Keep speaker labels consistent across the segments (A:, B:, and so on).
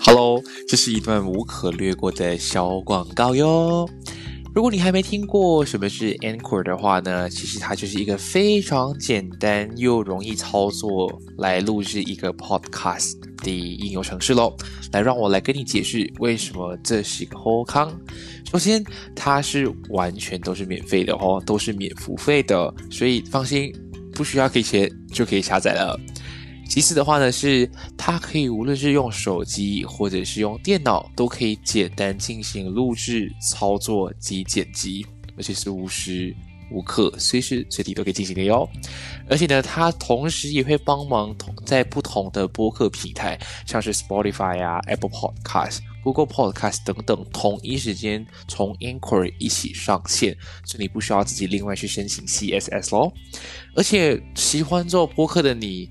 A: Hello，这是一段无可略过的小广告哟。如果你还没听过什么是 Anchor 的话呢，其实它就是一个非常简单又容易操作来录制一个 podcast 的应用程式喽。来，让我来跟你解释为什么这是个后康。首先，它是完全都是免费的哦，都是免付费的，所以放心，不需要给钱就可以下载了。其次的话呢，是它可以无论是用手机或者是用电脑，都可以简单进行录制、操作及剪辑，而且是无时无刻、随时随地都可以进行的哟。而且呢，它同时也会帮忙同在不同的播客平台，像是 Spotify 啊、Apple Podcast、Google Podcast 等等，同一时间从 Anchor 一起上线，所以你不需要自己另外去申请 CSS 咯。而且喜欢做播客的你。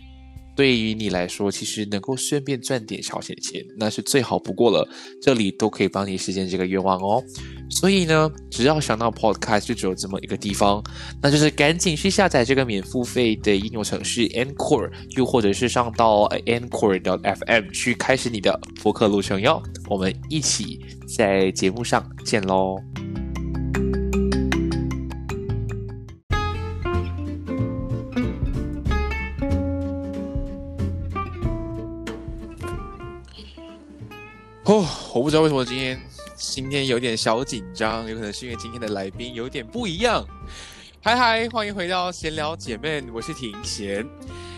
A: 对于你来说，其实能够顺便赚点小钱钱，那是最好不过了。这里都可以帮你实现这个愿望哦。所以呢，只要想到 Podcast，就只有这么一个地方，那就是赶紧去下载这个免付费的应用程序 Anchor，又或者是上到呃 Anchor.fm 去开始你的播客路程哟。我们一起在节目上见喽！哦，我不知道为什么今天今天有点小紧张，有可能是因为今天的来宾有点不一样。嗨嗨，欢迎回到闲聊姐妹，我是婷贤。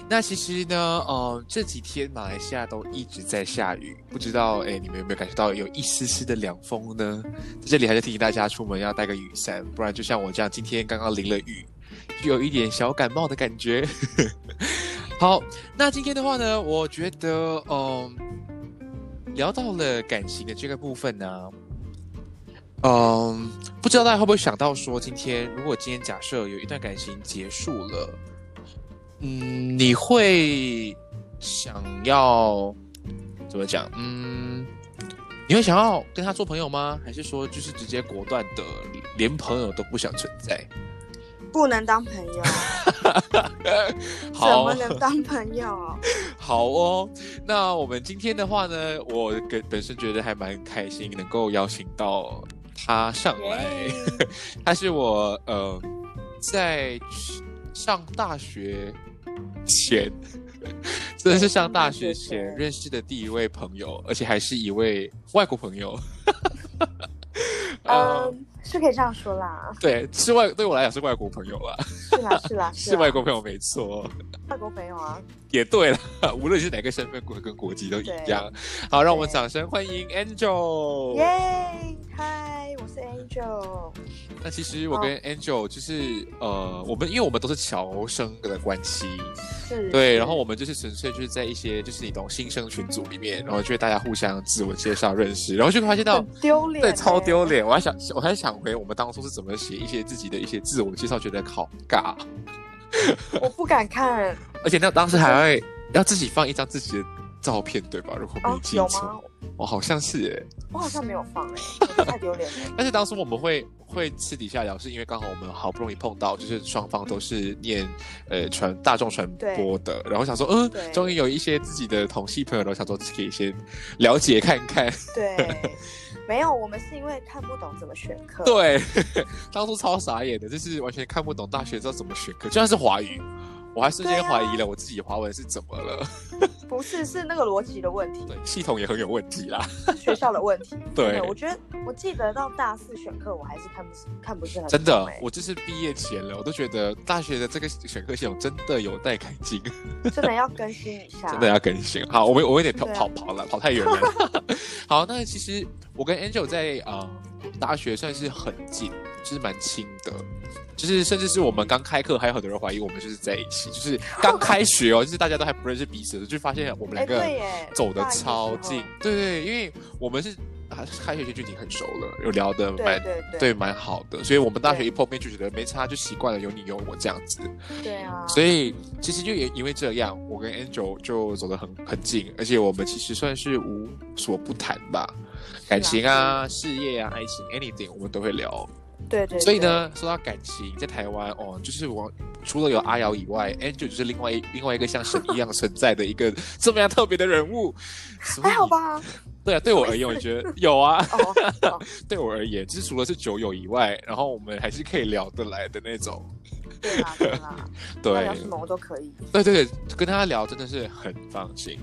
A: 那其实呢，呃，这几天马来西亚都一直在下雨，不知道哎，你们有没有感受到有一丝丝的凉风呢？在这里还是提醒大家出门要带个雨伞，不然就像我这样，今天刚刚淋了雨，就有一点小感冒的感觉。 好，那今天的话呢，我觉得，嗯、聊到了感情的这个部分呢，嗯，不知道大家会不会想到说，今天如果今天假设有一段感情结束了，嗯，你会想要怎么讲？嗯，你会想要跟他做朋友吗？还是说就是直接果断的，连朋友都不想存在？
B: 不能当朋友，怎
A: 好
B: 么，能当朋友？
A: 好哦，那我们今天的话呢，我个本身觉得还蛮开心，能够邀请到他上来。 他是我呃，在去上大学前， 真的是上大学前认识的第一位朋友，而且还是一位外国朋友。 呃，
B: 嗯，是可以这样说啦，
A: 对，是外对我来讲是外国朋友啦，
B: 是啦，是啦，
A: 是哦
B: 啦
A: 外国朋友没错。
B: 外国朋友啊，
A: 也对了， 无论是哪个身份国跟国籍都一样。好，让我们掌声欢迎 Angel。
B: 耶！嗨，我是 Angel，
A: 那其实我跟 Angel 就是、呃，我们因为我们都是侨生的关系，
B: 是
A: 对，然后我们就是纯粹就是在一些就是你懂新生群组里面，然后就大家互相自我介绍认识，然后就发现到
B: 很。丢脸，欸
A: 对，超丢，脸！我还想，我还想回我们当初是怎么写一些自己的一些自我介绍，觉得好尬，
B: 我不敢看
A: 而且那当时还会要自己放一张自己的照片，对吧？如果
B: 啊
A: 没，记
B: 有
A: 错，
B: 吗？
A: 我、好像是耶。
B: 我好像没有 放哎，我太丢脸了，
A: 但是当时我们会会私底下聊，是因为刚好我们好不容易碰到，就是双方都是念呃传大众传播的，然后想说，嗯、
B: 对
A: 终于有一些自己的同系朋友，然后想说可以先了解看看。
B: 对。没有，我们是因为看不懂怎么选课。，
A: 对， 当初超傻眼的，就是完全看不懂大学知道怎么选课，就算是华语，我还瞬间
B: 对啊
A: 怀疑了我自己华文是怎么了，
B: 不是是那个逻辑的问题，
A: 对，系统也很有问题啦。
B: 是学校的问题。
A: 对
B: 真的我觉得我记得到大四选课，我还是看不是看不是很
A: 真的
B: 懂欸，
A: 我就是毕业前了，我都觉得大学的这个选课系统真的有待改进。
B: 真的要更新一下，
A: 真的要更新。好，我们我有点跑
B: 对啊
A: 跑跑了，跑太远 了。好，那其实我跟 Angel 在呃大学算是很近，就是蛮亲的，就是甚至是我们刚开课，还有很多人怀疑我们就是在一起，就是刚开学 哦，就是大家都还不认识彼此，就发现我们
B: 哎，
A: 两
B: 对
A: 个
B: 耶，
A: 走的
B: 大一时候
A: 超近。对对，因为我们是啊开学就已经很熟了，有聊得
B: 对
A: 蛮。
B: 对对
A: 哎对，蛮好的，所以我们大学
B: 对
A: 一碰面就觉得没差，就习惯了有你有我这样子。
B: 对啊，
A: 所以其实就也因为这样，我跟 Angel 就走得很很近，而且我们其实算是无所不谈吧，感情啊、事业啊、爱情，anything 我们都会聊。
B: 对对，
A: 所以呢，说到感情，在台湾哦，就是我除了有阿瑶以外，Angel 就是另外一另外一个像神一样存在的一个 这么样特别的人物。
B: 还哎好吧？
A: 对啊，对我而言，我觉得 有啊。
B: 哦，哦
A: 对我而言，就是除了是酒友以外，然后我们还是可以聊得来的那种。
B: 对啦，对啦，
A: 对
B: 要聊什么我都可以。
A: 对对对，跟他聊真的是很放心。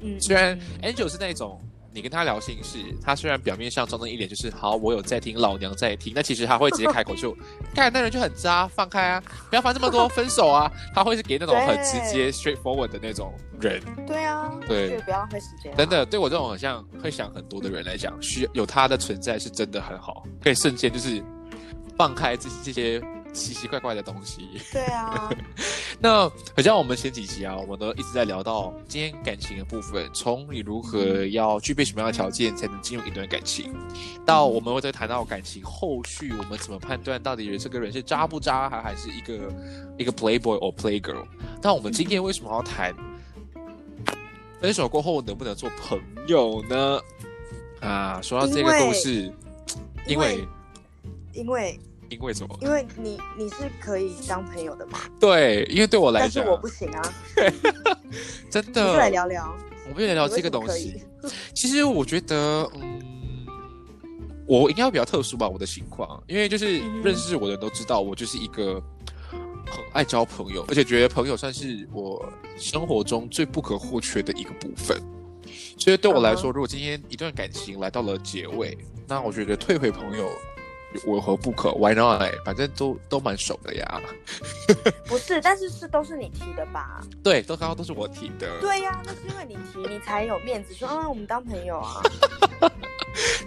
B: 嗯，
A: 虽然 Angel 是那种。你跟他聊心事，他虽然表面上装作一脸就是好，我有在听，老娘在听，但其实他会直接开口就，看那人就很渣，放开啊，不要烦这么多，分手啊，他会是给那种很直接、straightforward 的那种人。
B: 对啊，
A: 对，
B: 不要浪费时间、啊。
A: 真的，对我这种好像会想很多的人来讲，需有他的存在是真的很好，可以瞬间就是放开这这些奇奇怪怪的东西。
B: 对啊，
A: 那好像我们前几集啊，我们都一直在聊到今天感情的部分，从你如何要具备什么样的条件才能进入一段感情，到我们会再谈到感情后续我们怎么判断到底这个人是渣不渣，还还是一个一个 playboy or playgirl。那我们今天为什么要谈分手过后能不能做朋友呢？啊，说到这个故事，因为
B: 因为。
A: 因为什么？
B: 因为你你是可以当朋友的嘛？
A: 对，因为对我来
B: 讲，但是我不行啊。
A: 真的，
B: 我们来聊聊，
A: 我们就来聊这个东西。其实我觉得，嗯，我应该比较特殊吧，我的情况，因为就是
B: 嗯
A: 认识我的人都知道，我就是一个很爱交朋友，而且觉得朋友算是我生活中最不可或缺的一个部分。所以对我来说，uh
B: 嗯
A: huh. 如果今天一段感情来到了结尾，那我觉得退回朋友。我何不可？Why not？反正都都蛮熟的呀。
B: 不是，但是是都是你提的吧？
A: 对，都刚刚都是我提的。
B: 对呀、啊，那是因为你提，你才有面子说啊，我们当朋友啊。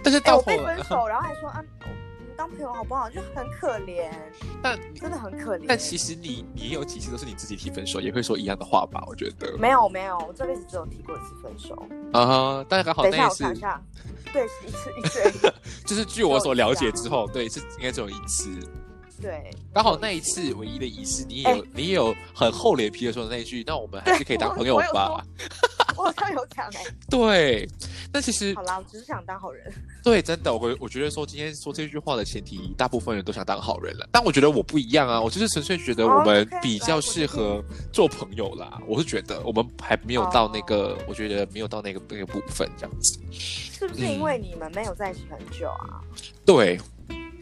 A: 但是
B: 到、欸、我被分手，然后还说啊，我们当朋友好不好？就很可怜。
A: 但
B: 真的很可怜。
A: 但其实你你有几次都是你自己提分手，也会说一样的话吧？我觉得。
B: 没有没有，我这辈子只有提过一次分手。
A: 啊哈、uh！Huh, 但是还好那一次。
B: 等一下，我对，一次一 次。
A: 就是据我所了解之后，对，是应该只有一次。
B: 对，
A: 刚好那一次唯一的仪式，你也
B: 哎
A: 有，欸、你也有很厚脸皮的说那一句，那我们还是可以当朋友吧。
B: 我好像有讲哎、欸。
A: 对，那其实
B: 好啦，我只是想当好人。
A: 对，真的，我我觉得说今天说这句话的前提，大部分人都想当好人了，但我觉得我不一样啊，我就是纯粹觉
B: 哦
A: 得我们比较适合做朋友啦。我是觉得我们还没有到那个，oh. 我觉得没有到那个那个部分这样子。
B: 是不是因为你们没有在一起很久 啊？
A: 嗯、对。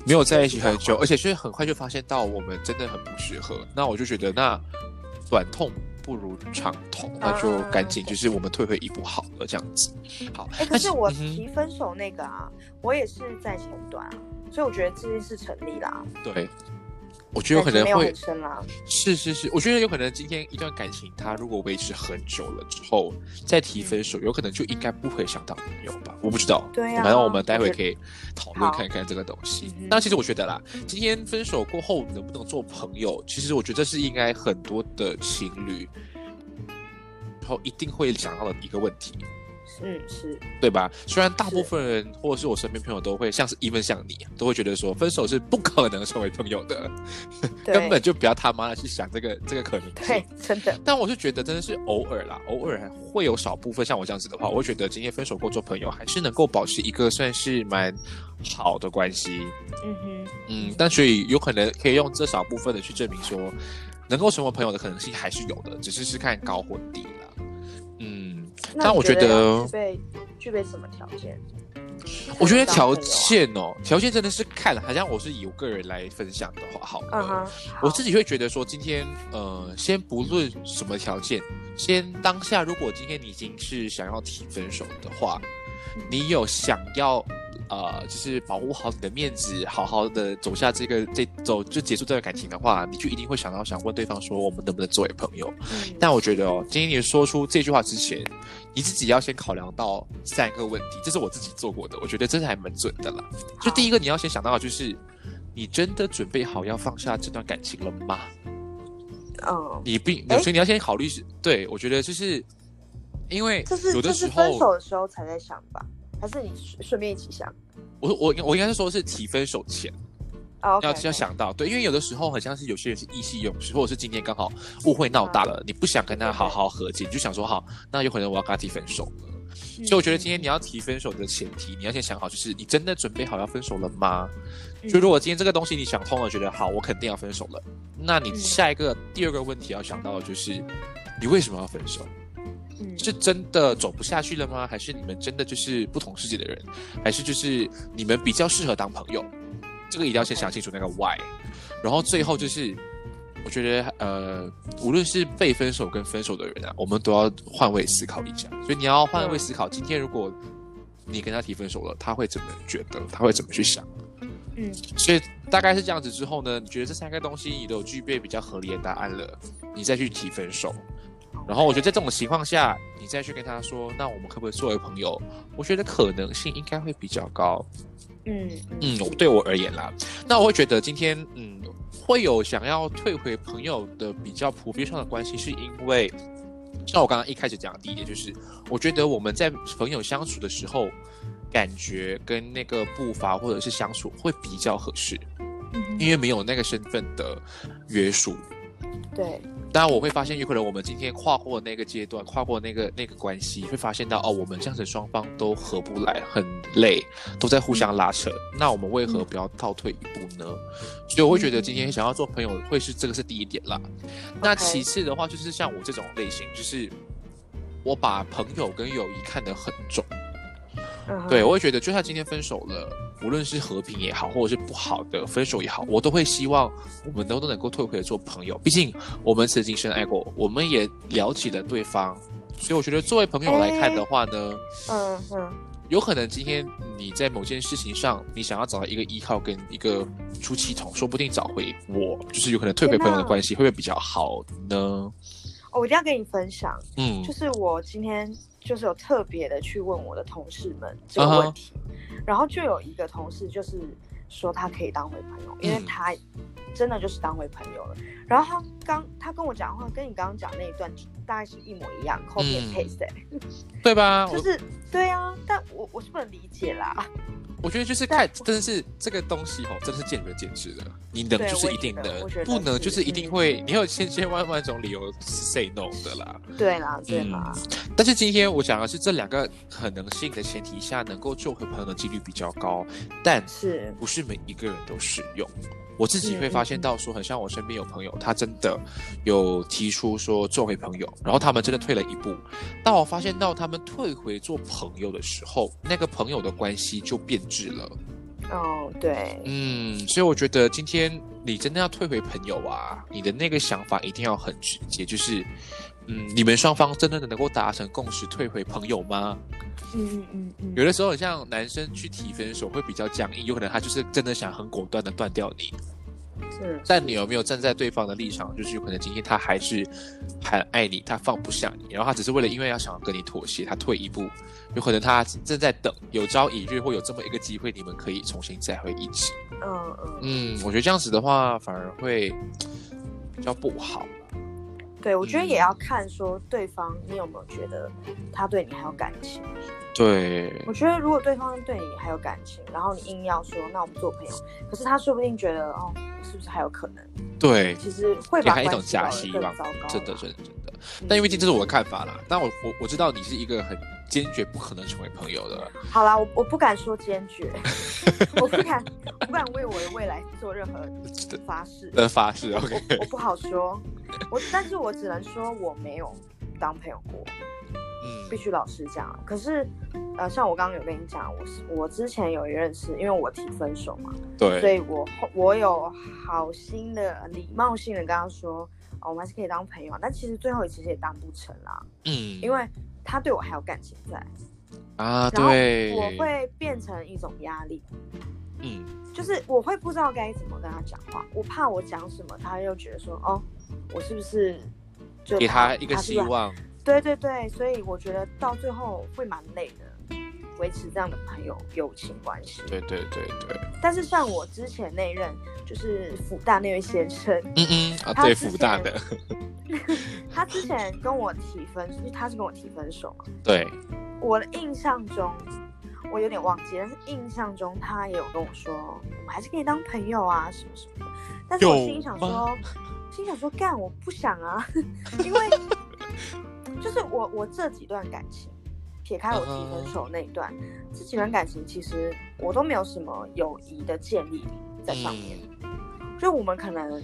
A: 没有在一起很久，而且就是很快就发现到我们真的很不适合。那我就觉得，那短痛不如长痛，那就赶紧就是我们退回一步好了，这样子。好，
B: 哎、欸，可是我
A: 嗯
B: 提分手那个啊，嗯、我也是在前段、啊，所以我觉得这件事成立啦。
A: 对，我觉得有可能会
B: 深啦。
A: 是是是，我觉得有可能今天一段感情，它如果维持很久了之后再提分手，嗯、有可能就应该不会想当朋友吧。我不知道，
B: 对啊，
A: 反正我们待会可以讨论看看这个东西。那其实我觉得啦，今天分手过后能不能做朋友，其实我觉得是应该很多的情侣，然后一定会想到的一个问题。
B: 嗯，是
A: 对吧？虽然大部分人或者是我身边朋友都会像是 even 像你，啊都会觉得说分手是不可能成为朋友的，根本就不要他妈的去想这个这个可能性。
B: 对，真的。
A: 但我是觉得真的是偶尔啦，偶尔会有少部分像我这样子的话，我觉得今天分手过做朋友还是能够保持一个算是蛮好的关系。
B: 嗯哼，
A: 嗯，但所以有可能可以用这少部分的去证明说，能够成为朋友的可能性还是有的，只是是看高或低了。嗯。但我觉
B: 得具备具备什么条件？
A: 我觉得
B: 啊
A: 条件哦，条件真的是看，好像我是以我个人来分享的话，好了
B: ，uh、huh,
A: 我自己会觉得说，今天呃，先不论什么条件，先当下，如果今天你已经是想要提分手的话，你有想要呃，就是保护好你的面子，好好的走下这个这走就结束这段感情的话，你就一定会想到想问对方说，我们能不能作为朋友？嗯、但我觉得哦，今天你说出这句话之前。你自己要先考量到三个问题，这是我自己做过的，我觉得真的还蛮准的啦。就第一个，你要先想到的就是，你真的准备好要放下这段感情了吗？
B: 嗯，
A: 你并，所以你要先考虑是，对我觉得就是因为有的时候
B: 分手的时候才在想吧，还是你顺便一起想？
A: 我我我应该是说是提分手前。
B: Oh, okay,
A: 要要想到，对，因为有的时候很像是有些人是意气用事，或者是今天刚好误会闹大了，你不想跟他好好和解，你就想说好，那有可能我要跟他提分手了。
B: 嗯
A: 所以我觉得今天你要提分手的前提，你要先想好，就是你真的准备好要分手了吗？
B: 嗯
A: 就如果今天这个东西你想通了，觉得好，我肯定要分手了，那你
B: 嗯
A: 下一个第二个问题要想到的就是，你为什么要分手？
B: 嗯
A: 是真的走不下去了吗？还是你们真的就是不同世界的人？还是就是你们比较适合当朋友？这个一定要先想清楚那个 why。然后最后就是，我觉得呃，无论是被分手跟分手的人啊，我们都要换位思考一下。所以你要换位思考，今天如果你跟他提分手了，他会怎么觉得？他会怎么去想？
B: 嗯
A: 所以大概是这样子之后呢，你觉得这三个东西你都有具备比较合理的答案了，你再去提分手。然后我觉得在这种情况下，你再去跟他说，那我们可不可以作为朋友？我觉得可能性应该会比较高。
B: 嗯
A: 嗯，对我而言啦，那我会觉得今天嗯，会有想要退回朋友的比较普遍上的关系，是因为像我刚刚一开始讲的第一点，就是我觉得我们在朋友相处的时候，感觉跟那个步伐或者是相处会比较合适。
B: 嗯
A: 因为没有那个身份的约束。
B: 对
A: 当然，我会发现有可能我们今天跨过那个阶段，跨过那个那个关系，会发现到哦，我们这样子双方都合不来，很累，都在互相拉扯。那我们为何不要倒退一步呢？所以我会觉得今天想要做朋友，会是这个是第一点啦。那
B: OK
A: 其次的话，就是像我这种类型，就是我把朋友跟友谊看得很重。
B: 嗯
A: 对，我会觉得，就算今天分手了，无论是和平也好，或者是不好的分手也好，我都会希望我们都能够退回做朋友。毕竟我们曾经深爱过，我们也了解了对方，所以我觉得作为朋友来看的话呢，
B: 嗯嗯
A: 有可能今天你在某件事情上，你想要找到一个依靠跟一个出气筒，说不定找回我，就是有可能退回朋友的关系会不会比较好呢？
B: 哦我一定要跟你分享，
A: 嗯
B: 就是我今天就是有特别的去问我的同事
A: 嗯
B: 们这个问题然后就有一个同事就是说他可以当回朋友，因为
A: 嗯
B: 他真的就是当回朋友了。然后他刚他跟我讲的话，跟你刚刚讲那一段大概是一模一样，copy
A: 嗯
B: and paste，、欸
A: 对吧？哦我
B: 就是对啊，但我我是不能理解啦，
A: 我觉得就是看，真的是这个东西哦，真的是见仁见智的。你能
B: 对
A: 就是一定
B: 我
A: 能
B: 觉得，
A: 不能
B: 是嗯
A: 就是一定会，你有千千万万种理由是 say no 的啦。
B: 对啦，对啦，
A: 但是今天我讲的是这两个可能性的前提下，能够救回朋友的几率比较高，但
B: 是，
A: 不是每一个人都适用。我自己会发现
B: 嗯
A: 到说，很像我身边有朋友，他真的有提出说做回朋友，然后他们真的退了一步。当我发现到他们退回做朋友的时候，那个朋友的关系就变质了。
B: 哦，对，
A: 嗯，所以我觉得今天你真的要退回朋友啊，你的那个想法一定要很直接，就是，嗯，你们双方真的能够达成共识退回朋友吗？
B: 嗯嗯嗯
A: 有的时候，像男生去提分手会比较僵硬，有可能他就是真的想很果断的断掉你，
B: 嗯，是，
A: 但你有没有站在对方的立场？就是有可能今天他还是很爱你，他放不下你，然后他只是为了因为要想要跟你妥协，他退一步，有可能他正在等有朝一日会有这么一个机会，你们可以重新再回一起。
B: 嗯嗯，
A: 嗯，我觉得这样子的话反而会比较不好。
B: 对，我觉得
A: 嗯
B: 也要看说对方你有没有觉得他对你还有感情。
A: 对，
B: 我觉得如果对方对你还有感情，然后你硬要说那我们做朋友，可是他说不定觉得哦，是不是还有可能？
A: 对，
B: 其实会
A: 给
B: 把
A: 他一种
B: 关系搞
A: 假
B: 得
A: 希
B: 更
A: 望
B: 糟糕，
A: 真的，
B: 啦
A: 真的，真的。
B: 嗯
A: 但因为这这是我的看法啦，但我我我知道你是一个很坚决不可能成为朋友的，
B: 好啦，我我不敢说坚 决，我不敢，我不敢为我的未来做任 何发誓，
A: 呃，发誓。OK，
B: 我我不好说。我但是我只能说我没有当朋友过，必
A: 嗯
B: 须老实讲啊。可是，呃，像我刚刚有跟你讲，我是我之前有一任是因为我提分手嘛。所
A: 对，
B: 以我后我有好心的、礼貌性的跟他说，哦，我们还是可以当朋友啊。但其实最后其实也当不成啦，
A: 嗯，
B: 因为他对我还有感情在，
A: 啊，
B: 然后
A: 对，
B: 我会变成一种压力，
A: 嗯，
B: 就是我会不知道该怎么跟他讲话，我怕我讲什么，他又觉得说，哦，我是不是就
A: 给他一个
B: 是
A: 希
B: 不是
A: 望。
B: 对对对，所以我觉得到最后会蛮累的，维持这样的朋友友情关系。
A: 对对对对，
B: 但是像我之前那一任，就是复旦那位先生。
A: 嗯嗯啊，
B: 他
A: 对，
B: 之
A: 福大
B: 前
A: 的，
B: 他之前跟我提分，因为他是跟我提分手嘛。
A: 对，
B: 我的印象中，我有点忘记，但是印象中他也有跟我说，我们还是可以当朋友啊，什么什么的。但是我
A: 有
B: 心里想
A: 吗
B: 说，心想说干，我 不想啊，因为就是我我这几段感情，撇开我提
A: 嗯
B: 分手那一段，这几段感情其实我都没有什么友谊的建立在上面，
A: 嗯
B: 就我们可能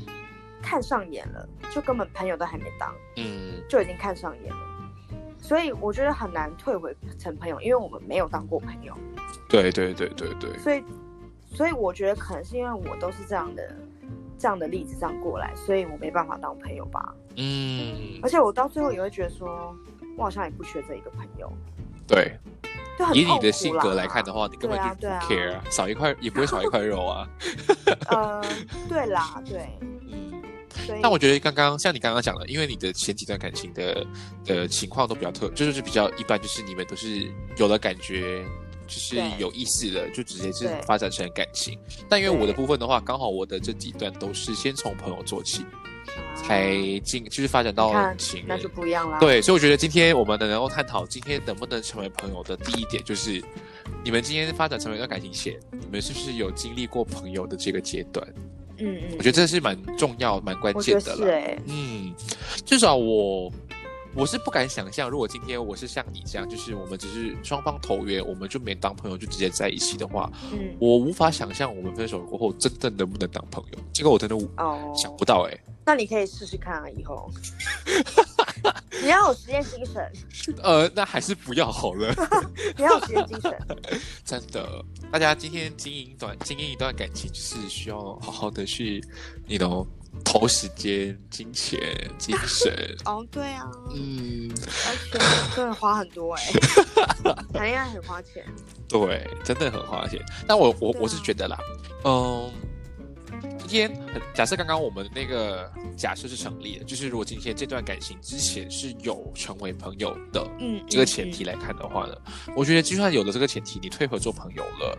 B: 看上眼了，就根本朋友都还没当，
A: 嗯
B: 就已经看上眼了。所以我觉得很难退回成朋友，因为我们没有当过朋友，
A: 对对对对对，
B: 所以，所以我觉得可能是因为我都是这样的，这样的例子这样过来，所以我没办法当朋友吧。
A: 嗯
B: 而且我到最后也会觉得说，我好像也不缺这一个朋友，
A: 对。
B: 就很
A: 以你
B: 痛
A: 的
B: 苦
A: 性
B: 啦
A: 格来看的话，你根本就不
B: 对啊对
A: care，、
B: 啊
A: 少一块也不会少一块肉 啊。
B: 呃，对啦，对，
A: 嗯，
B: 所以
A: 但我觉得刚刚像你刚刚讲的，因为你的前几段感情的的情况都比较特，就是比较一般，就是你们都是有了感觉，就是
B: 对
A: 有意思了，就直接是
B: 对
A: 发展成感情。但因为我的
B: 对
A: 部分的话，刚好我的这几段都是先从朋友做起，才
B: 啊
A: 进就是发展
B: 你
A: 到
B: 看
A: 情
B: 那
A: 人
B: 就。不一样啦。，
A: 对，所以我觉得今天我们能够探讨今天能不能成为朋友的第一点，就是你们今天发展成为一段感情前，你们是不是有经历过朋友的这个阶段？
B: 嗯嗯，
A: 我觉得这是蛮重要、蛮关
B: 我觉
A: 键
B: 得
A: 的
B: 是
A: 啦。
B: 哎、
A: 嗯，至少我我是不敢想象，如果今天我是像你这样，就是我们只是双方投缘，我们就没当朋友，就直接在一起的话，
B: 嗯，
A: 我无法想象我们分手过后真的能不能当朋友。这个我真的无
B: 哦，
A: 想不到哎、
B: 那你可以试试看啊，以后你要有实验精神，
A: 呃，那还是不要好了。
B: 你要有实验精神。
A: 真的，大家今天经营短经营一段感情，就是需要好好的去，你懂，投时间、金钱、精神。
B: 哦，对啊，
A: 嗯，
B: 而且真的花很 多哎、谈恋爱很花钱。
A: 对，真的很花钱。但我我
B: 对啊
A: 我是觉得啦，嗯，今天很假设刚刚我们那个假设是成立的，就是如果今天这段感情之前是有成为朋友的
B: 嗯，
A: 这个前提来看的话呢，我觉得就算有了这个前提，你退合做朋友了，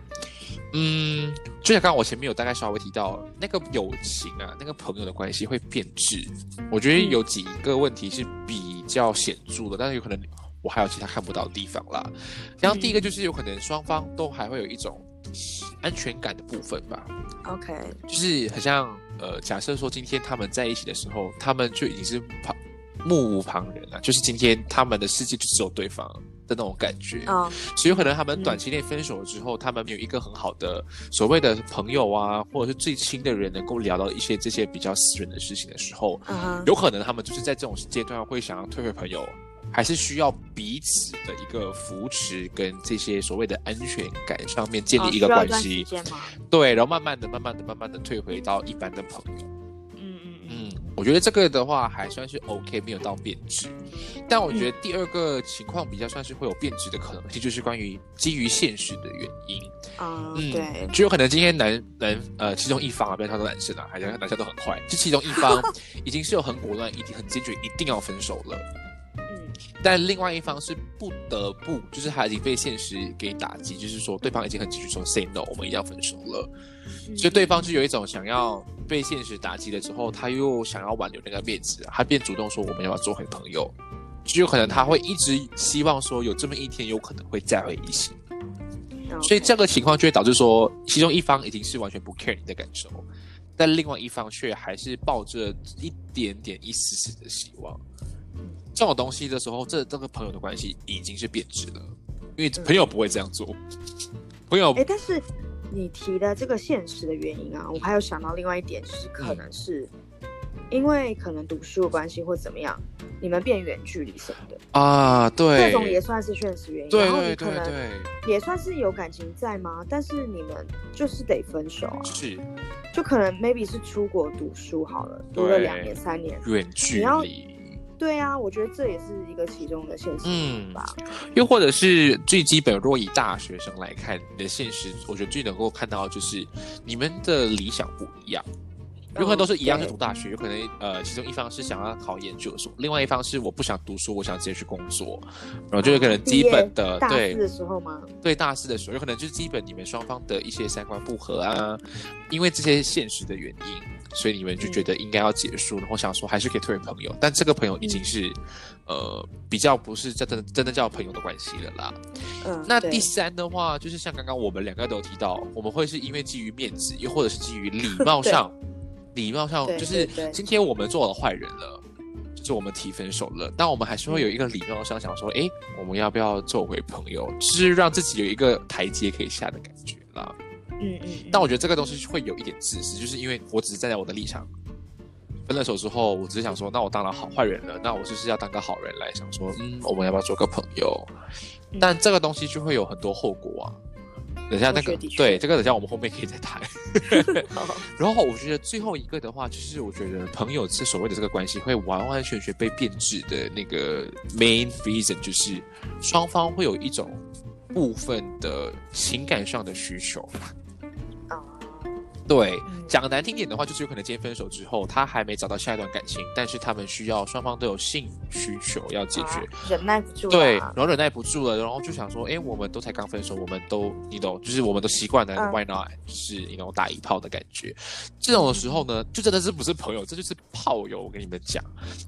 A: 嗯，就像刚刚我前面有大概稍微提到，那个友情啊，那个朋友的关系会变质。我觉得
B: 嗯
A: 有几个问题是比较显著的，但是有可能我还有其他看不到的地方啦。然后第一
B: 嗯
A: 个就是有可能双方都还会有一种安全感的部分吧，
B: 嗯嗯 OK，
A: 就是很像呃，假设说今天他们在一起的时候，他们就已经是旁目无旁人了，就是今天他们的世界就只有对方的那种感觉。
B: 嗯
A: 所以有可能他们短期内分手了之后，他们没有一个很好的所谓的朋友啊，或者是最亲的人能够聊到一些这些比较私人的事情的时候，
B: 嗯哼，
A: 有可能他们就是在这种阶段会想要退回朋友，还是需要彼此的一个扶持跟这些所谓的安全感上面建立一个关系，
B: 哦需要一段时间吗？
A: 对，然后慢慢的、慢慢的、慢慢的退回到一般的朋友。
B: 嗯嗯嗯，
A: 嗯，我觉得这个的话还算是 OK，没有到变质。但我觉得第二个情况比较算是会有变质的可能性，就是关于基于现实的原因。
B: 啊、
A: 嗯，
B: 对，
A: 就有可能今天男男呃其中一方啊，不要说男生啊，还是男生都很坏，就其中一方已经是有很果断、一定很坚决，一定要分手了。
B: 嗯
A: 但另外一方是不得不，就是他已经被现实给打击，就是说对方已经很坚决说 say no，我们一定要分手了。
B: 嗯
A: 所以对方就有一种想要被现实打击了之后，他又想要挽留那个面子，他便主动说我们要不要做回朋友，就有可能他会一直希望说有这么一天有可能会再回一起，
B: OK
A: 所以这个情况就会导致说其中一方已经是完全不 care 你的感受，但另外一方却还是抱着一点点一丝丝的希望。这种东西的时候，这这个朋友的关系已经是变质了，因为朋友不会这样做，朋友
B: 哎、但是你提的这个现实的原因啊，我还有想到另外一点，就是
A: 嗯
B: 可能是因为可能读书的关系或怎么样，你们变远距离什么的，
A: 啊，
B: 这
A: 对，
B: 种也算是现实原因。
A: 对
B: 然后你
A: 对
B: 可
A: 对
B: 能
A: 对。
B: 也算是有感情在吗？但是你们就是得分手啊，
A: 是
B: 就可能 maybe 是出国读书好了，读了
A: 对
B: 两年三年。
A: 远距
B: 你要
A: 离，
B: 对啊，我觉得这也是一个其中的现实原
A: 嗯
B: 因吧。
A: 又或者是最基本，若以大学生来看，你的现实，我觉得最能够看到的就是你们的理想不一样。有可能都是一样
B: 嗯
A: 是
B: 对
A: 读大学，有可能呃，其中一方是想要考研究所，另外一方是我不想读书，我想直接去工作，然后就有可能基本的
B: 啊大
A: 对
B: 四的时候吗？
A: 对大四的时候，有可能就是基本你们双方的一些三观不合啊，因为这些现实的原因，所以你们就觉得应该要结束，然后想说还是可以退为朋友，但这个朋友已经是、呃比较不是真的真的叫朋友的关系了啦。
B: 嗯，
A: 那
B: 对
A: 第三的话，就是像刚刚我们两个都有提到，我们会是因为基于面子，又或者 是基于礼貌上，礼貌上
B: 对
A: 就是
B: 对对
A: 今天我们做了坏人了，就是就我们提分手了，但我们还是会有一个礼貌上想说，哎，我们要不要做回朋友，就是让自己有一个台阶可以下的感觉啦。
B: 嗯嗯，
A: 但我觉得这个东西会有一点自私，就是因为我只是站在我的立场，分了手之后，我只是想说，那我当了好坏人了，那我就是要当个好人来想说，嗯，我们要不要做个朋友？但这个东西就会有很多后果啊。等一下那
B: 嗯的确
A: 个
B: 的确
A: 对这个，等一下我们后面可以再 谈。
B: 好
A: 然后我觉得最后一个的话，就是我觉得朋友是所谓的这个关系会完完全全被变质的那个 main reason，就是双方会有一种部分的情感上的需求。
B: 啊，
A: 对，
B: 嗯
A: 讲难听点的话，就是有可能今天分手之后，他还没找到下一段感情，但是他们需要双方都有性需求要解决。
B: 啊忍耐不住啊，
A: 对，然后忍耐不住了，然后就想说，哎，我们都才刚分手，我们都你懂，就是我们都习惯了、w
B: 嗯
A: h y not？就是你懂打一炮的感觉。这种时候呢，就真的是不是朋友，这就是炮友。我跟你们讲，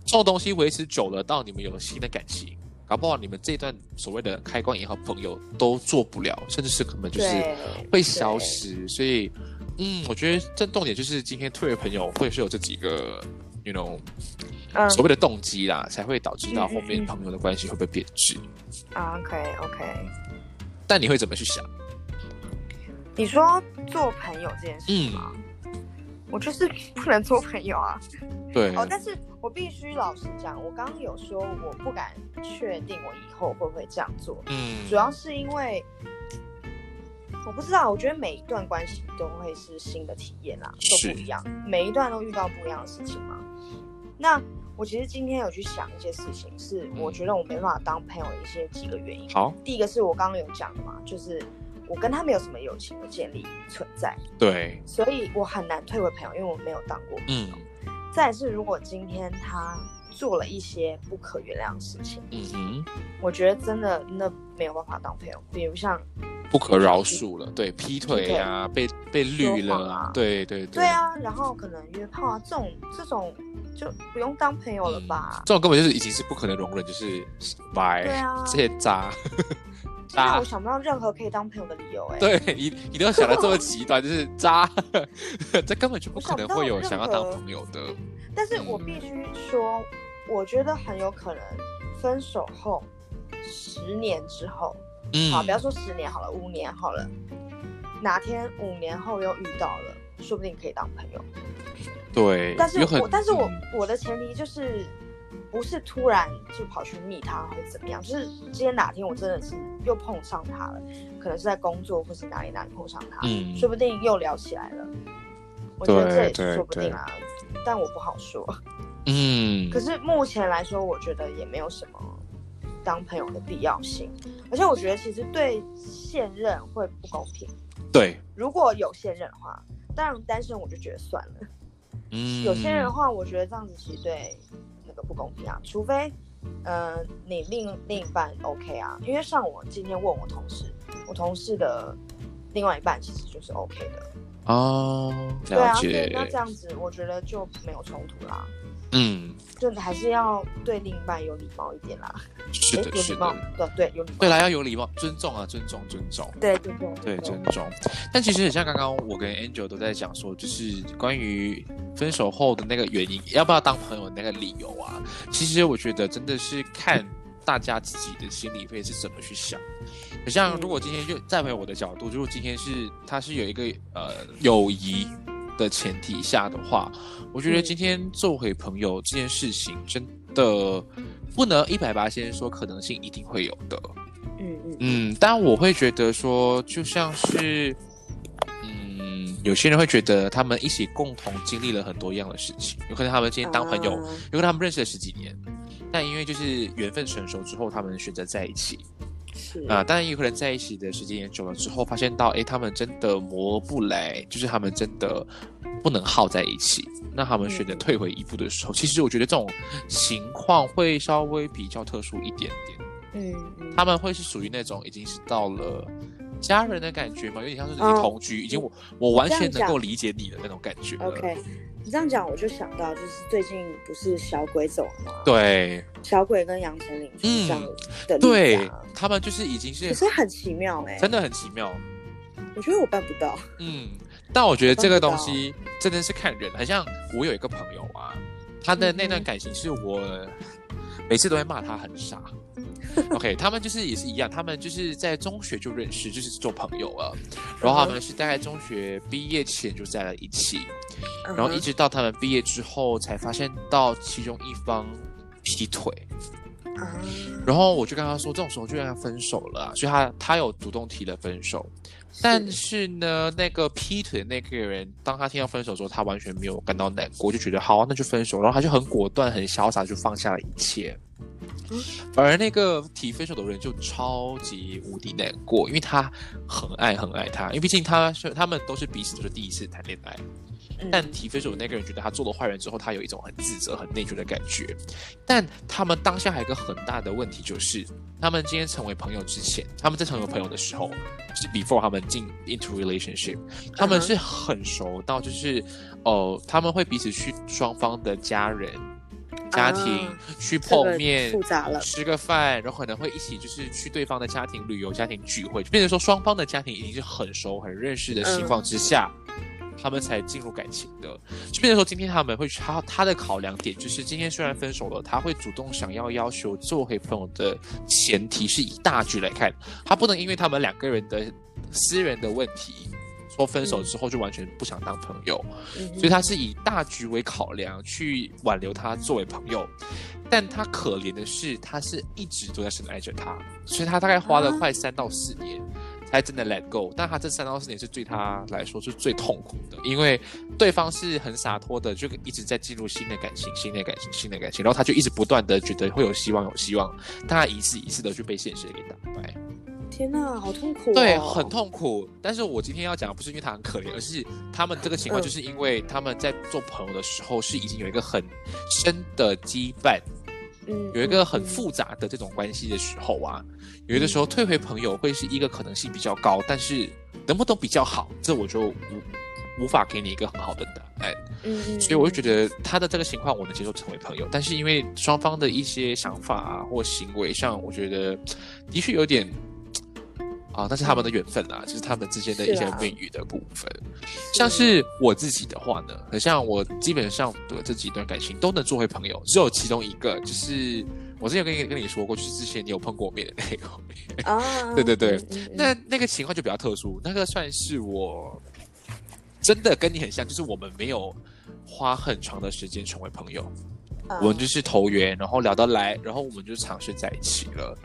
A: 这种东西维持久了，到你们有了新的感情，搞不好你们这段所谓的开关也好，朋友都做不了，甚至是根本就是
B: 对
A: 会消失。所以，嗯，我觉得这重点就是今天退的朋友会是有这几个，you know，、
B: 嗯
A: 所谓的动机啦，才会导致到后
B: 嗯嗯
A: 面
B: 嗯
A: 朋友的关系会不会变质。
B: 啊，OK OK，
A: 但你会怎么去想？
B: 你说做朋友这件事
A: 嗯
B: 吗？我就是不能做朋友啊。
A: 对，
B: 哦，但是我必须老实讲，我刚刚有说我不敢确定我以后会不会这样做，
A: 嗯，
B: 主要是因为我不知道，我觉得每一段关系都会是新的体验啦，
A: 是
B: 都不一样，每一段都遇到不一样的事情嘛。那我其实今天有去想一些事情，是我觉得我没办法当朋友的一些几个原因。
A: 嗯好，
B: 第一个是我刚刚有讲的嘛，就是我跟他没有什么友情的建立存在，
A: 对，
B: 所以我很难退回朋友，因为我没有当过朋
A: 嗯
B: 友。再来是，如果今天他做了一些不可原谅的事情，
A: 嗯哼，
B: 我觉得真的那没有办法当朋友。比如像，
A: 不可饶恕了，对，劈腿啊，被被绿
B: 说
A: 了
B: 谎啊
A: 对对
B: 对，啊，然后可能约炮啊这种这种就不用当朋友了吧？
A: 这种根本就是已经是不可能容忍，就是白
B: 对啊
A: 这些渣，
B: 现在
A: 渣
B: 我，想不到任何可以当朋友的理由哎、
A: 嗯对你你都想的这么极端， 就是渣， 这根本就不可能会有
B: 我
A: 想
B: 想
A: 要
B: 不到
A: 当
B: 任何
A: 朋友的，
B: 但是
A: 嗯
B: 我必须说，我觉得很有可能分手后十年之后，
A: 嗯，
B: 好，不要说十年好了，五年好了，哪天五年后又遇到了，说不定可以当朋友。
A: 对，
B: 但是
A: 有很
B: 我，但是我、
A: 嗯
B: 我的前提就是，不是突然就跑去密他或者怎么样，就是今天哪天我真的是又碰上他了，可能是在工作或是哪里哪里碰上他，
A: 嗯
B: 说不定又聊起来了。我觉得这也
A: 对对
B: 是说不定啊，但我不好说。
A: 嗯，
B: 可是目前来说，我觉得也没有什么当朋友的必要性，而且我觉得其实对现任会不公平。
A: 对，
B: 如果有现任的话，当然单身我就觉得算了。
A: 嗯，
B: 有些人的话，我觉得这样子其实对那个不公平啊，除非，呃，你另另一半 OK 啊，因为像我今天问我同事，我同事的另外一半其实就是 OK 的，
A: 哦，
B: 对啊，
A: 了
B: 所
A: 解
B: 以，那这样子我觉得就没有冲突啦，
A: 嗯，
B: 就你还是要对另一半有礼貌一点啦，
A: 是
B: 诶
A: 的，
B: 哎有
A: 是
B: 礼貌
A: 的。，
B: 对对，有礼貌，
A: 对啦，要有礼貌，尊重啊，尊重，尊重，
B: 对对对
A: 对，尊重。但其实很像刚刚我跟 Angel 都在讲说，就是关于分手后的那个原因，要不要当朋友的那个理由啊。其实我觉得真的是看大家自己的心理会是怎么去想。很像如果今天就站回我的角度，如果今天是他是有一个呃友谊的前提下的话，我觉得
B: 嗯
A: 今天做回朋友这件事情真的不能一百八先说可能性一定会有的。
B: 嗯嗯嗯
A: 嗯，但我会觉得说，就像是，嗯，有些人会觉得他们一起共同经历了很多样的事情，有可能他们今天嗯当朋友，
B: 啊
A: 有可能他们认识了十几年，但因为就是缘分成熟之后，他们选择在一起
B: 是
A: 啊、当然，有可能在一起的时间也久了之后，发现到哎，诶他们真的磨不来，就是他们真的不能耗在一起。那他们选择
B: 嗯
A: 退回一步的时候，其实我觉得这种情况会稍微比较特殊一点点。
B: 嗯嗯
A: 他们会是属于那种已经是到了家人的感觉嘛，有点像是已经
B: 嗯
A: 同居，已经我我完全
B: 这
A: 能
B: 样讲
A: 够理解你的那种感觉了。
B: ，OK，你这样讲我就想到，就是最近不是小鬼走了吗？
A: 对
B: 小鬼跟杨丞琳就是这
A: 嗯
B: 样的例子
A: 对
B: 啊，，
A: 他们就是已经
B: 可
A: 是
B: 是很奇妙哎、
A: 真的很奇妙。
B: 我觉得我办不到。
A: 嗯，但我觉得这个
B: 我不知
A: 东
B: 道
A: 西真的是看人，很像我有一个朋友啊，他的那段感情是我每次都会骂他很 傻。OK，他们就是也是一样，他们就是在中学就认识，就是做朋友了。
B: 嗯
A: 然后他们是大概中学毕业前就在了一起，
B: 嗯
A: 然后一直到他们毕业之后才发现到其中一方劈腿。
B: 嗯
A: 然后我就跟他说，这种时候就让他分手了啊、所以他他有主动提了分手。但是呢，那个劈腿的那个人，当他听到分手之后，他完全没有感到难过，就觉得好、啊，那就分手。然后他就很果断、很潇洒，就放下了一切。而那个提分手的人就超级无敌难过，因为他很爱很爱他，因为毕竟他是他们都是彼此都是第一次谈恋爱。
B: 嗯
A: 但提分手的那个人觉得他做了坏人之后，他有一种很自责、很内疚的感觉。但他们当下还有一个很大的问题，就是他们今天成为朋友之前，他们在成为朋友的时候，就是 before 他们进 into relationship，他
B: 嗯
A: 们是很熟到就是，哦、他们会彼此去双方的家人、家庭、
B: 啊
A: 去
B: 这个
A: 碰面，
B: 复杂了
A: 吃个饭，然后可能会一起就是去对方的家庭旅游、家庭聚会，就变成说双方的家庭已经是很熟、很认识的情况之下。他们才进入感情的，就变成说，今天他们会他他的考量点就是，今天虽然分手了，他会主动想要要求做回朋友的前提是以大局来看，他不能因为他们两个人的私人的问题说分手之后就完全不想当朋友，
B: 嗯
A: 所以他是以大局为考量去挽留他作为朋友，但他可怜的是，他是一直都在深爱着他，所以他大概花了快三到四年。才真的 let go，但他这三到四年是对他来说是最痛苦的，因为对方是很洒脱的，就一直在进入新的感情、新的感情、新的感情，然后他就一直不断的觉得会有希望、有希望，但他一次一次的去被现实给打败。
B: 天哪，好痛苦、哦，
A: 对，很痛苦。但是我今天要讲的不是因为他很可怜，而是他们这个情况，
B: 嗯
A: 就是因为他们在做朋友的时候是已经有一个很深的羁绊，
B: 嗯，嗯
A: 有一个很复杂的这种关系的时候啊，有的时候退回朋友会是一个可能性比较高，但是能不能比较好，这我就无无法给你一个很好的答案。
B: 嗯，嗯
A: 所以我就觉得他的这个情况我能接受成为朋友，但是因为双方的一些想法啊或行为上，我觉得的确有点啊，那是他们的缘分啦，就是他们之间的一
B: 是
A: 些
B: 啊
A: 命运的部分。
B: 嗯
A: 像是我自己的话呢，很像我基本上的这几段感情都能做回朋友，只有其中一个就是我之前有跟你跟你说过，就是之前你有碰过面的那个。
B: 啊，
A: 对对对
B: 嗯，嗯嗯
A: 那那个情况就比较特殊，那个算是我真的跟你很像，就是我们没有花很长的时间成为朋友，
B: 啊
A: 我们就是投缘，然后聊得来，然后我们就尝试在一起了，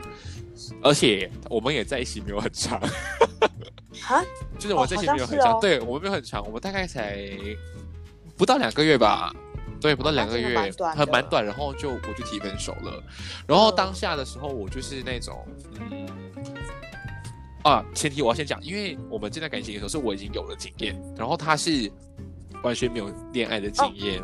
A: 而且我们也在一起没有很长，
B: 啊，
A: 就是我们在一起没有很
B: 哦好像
A: 长，
B: 是哦
A: 对我们没有很长，我们大概才不到两个月吧。对，不到两个
B: 那真
A: 月，
B: 的蛮短的
A: 很蛮短，然后就我就提分手了。然后
B: 嗯
A: 当下的时候，我就是那种，嗯，啊，前提我要先讲，因为我们这段感情的时候是我已经有了经验，然后他是完全没有恋爱的经验，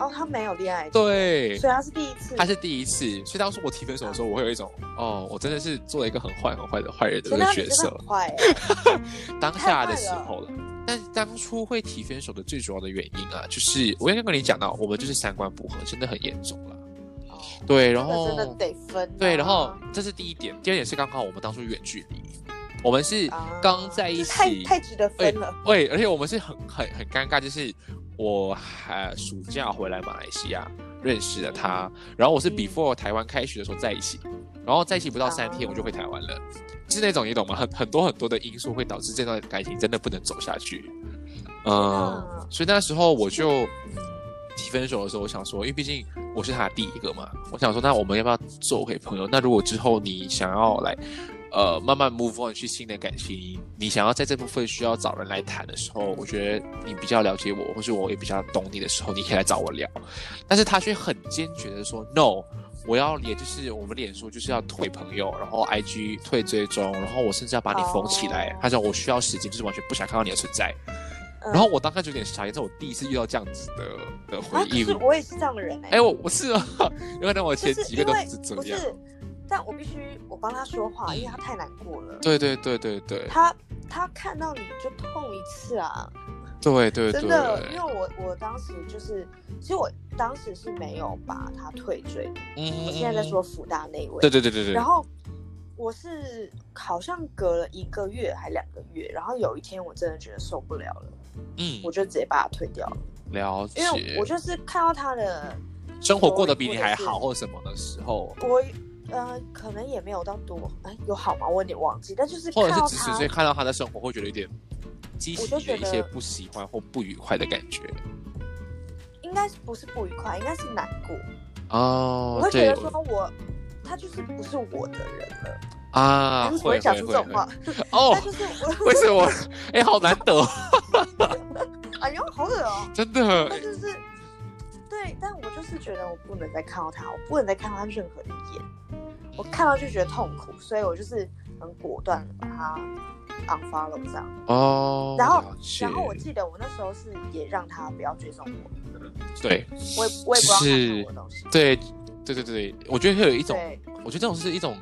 B: 哦，他没有恋爱，，
A: 对，
B: 所以他是第一次，
A: 他是第一次，所以当时我提分手的时候，我会有一种，哦，我真的是做了一个很坏、很坏的坏人的
B: 真
A: 一
B: 的
A: 个
B: 他
A: 角
B: 真
A: 色
B: 的，很快欸，
A: 当下的时候了。但当初会提分手的最主要的原因啊，就是我刚刚跟你讲到，我们就是三观不合，真的很严重了。
B: 哦
A: 对，然
B: 这个
A: 后
B: 真的得分啊，
A: 对，然后这是第一点，第二点是刚好我们当初远距离，我们是
B: 啊
A: 刚在一
B: 这
A: 起，
B: 太太值得分了，
A: 对，而且我们是很很很尴尬，就是我还暑假回来马来西亚认识了他，然后我是
B: 嗯
A: before 台湾开学的时候在一起，然后在一起不到三天
B: 啊
A: 我就回台湾了，就是那种你懂吗？很很多很多的因素会导致这段感情真的不能走下去，嗯、
B: 啊
A: 所以那时候我就。
B: 嗯
A: 提分手的时候，我想说，因为毕竟我是他的第一个嘛，我想说，那我们要不要做回朋友？那如果之后你想要来，呃，慢慢 move on 去新的感情，你想要在这部分需要找人来谈的时候，我觉得你比较了解我，或是我也比较懂你的时候，你可以来找我聊。但是他却很坚决的说，no，我要脸就是我们脸书就是要退朋友，然后 IG 退追踪，然后我甚至要把你封起来。
B: 哦
A: 他说我需要时间，就是完全不想看到你的存在。
B: 嗯
A: 然后我当时就有点傻眼，这是我第一次遇到这样子的的回
B: 啊，可
A: 应
B: 是。我也是这样的人哎
A: 哎、，我我是啊，有可能我前
B: 就是
A: 几个
B: 因
A: 都
B: 为
A: 是这
B: 不
A: 样。
B: 是，但我必须我帮他说话，因为他太难过了，
A: 对对对对对
B: 他他看到你就痛一次啊，
A: 对对
B: 真的，因
A: 对，
B: 为我我当时就是，其实我当时是没有把他退追的，
A: 嗯
B: 我现在在，说福大那一位，
A: 对对对对对，
B: 然后我是好像隔了一个月还两个月，然后有一天我真的觉得受不了了，
A: 嗯
B: 我就直接把他退掉了。
A: 了
B: 因为
A: 解
B: 我。就是看到他的
A: 生活过得比你还好
B: 或
A: 或什么的时候，
B: 我呃可能也没有到多哎有好吗？我有点忘记，但就是
A: 或
B: 看
A: 者是
B: 到
A: 只是
B: 他
A: 所以看到他的生活会觉得有点激起
B: 我就
A: 你的
B: 觉
A: 一
B: 得
A: 些不喜欢或不愉快的感觉。
B: 应该是不是不愉快，应该是难过。我
A: 哦
B: 会，觉
A: 对
B: 得说我他就是不是我的人了，
A: 啊，
B: 我怎么
A: 会
B: 会讲
A: 会
B: 出这
A: 会
B: 种话？
A: 哦
B: 他，就是
A: 为
B: 我，
A: 什么？哎，好难得哦，
B: 哎呦好恶 哦、
A: 真
B: 他
A: 的。
B: 就是对，但我就是觉得我不能再看到他，我不能再看到他任何的眼，我看到就觉得痛苦，所以我就是很果断的把他 unfollow 这样。
A: 哦，
B: 然后
A: 了解
B: 然后我记得我那时候是也让他不要追踪我，
A: 对
B: 我也我也不
A: 是
B: 知道他看我的东西。
A: 对对对对，我觉得会有一种，
B: 对
A: 我觉得这种是一种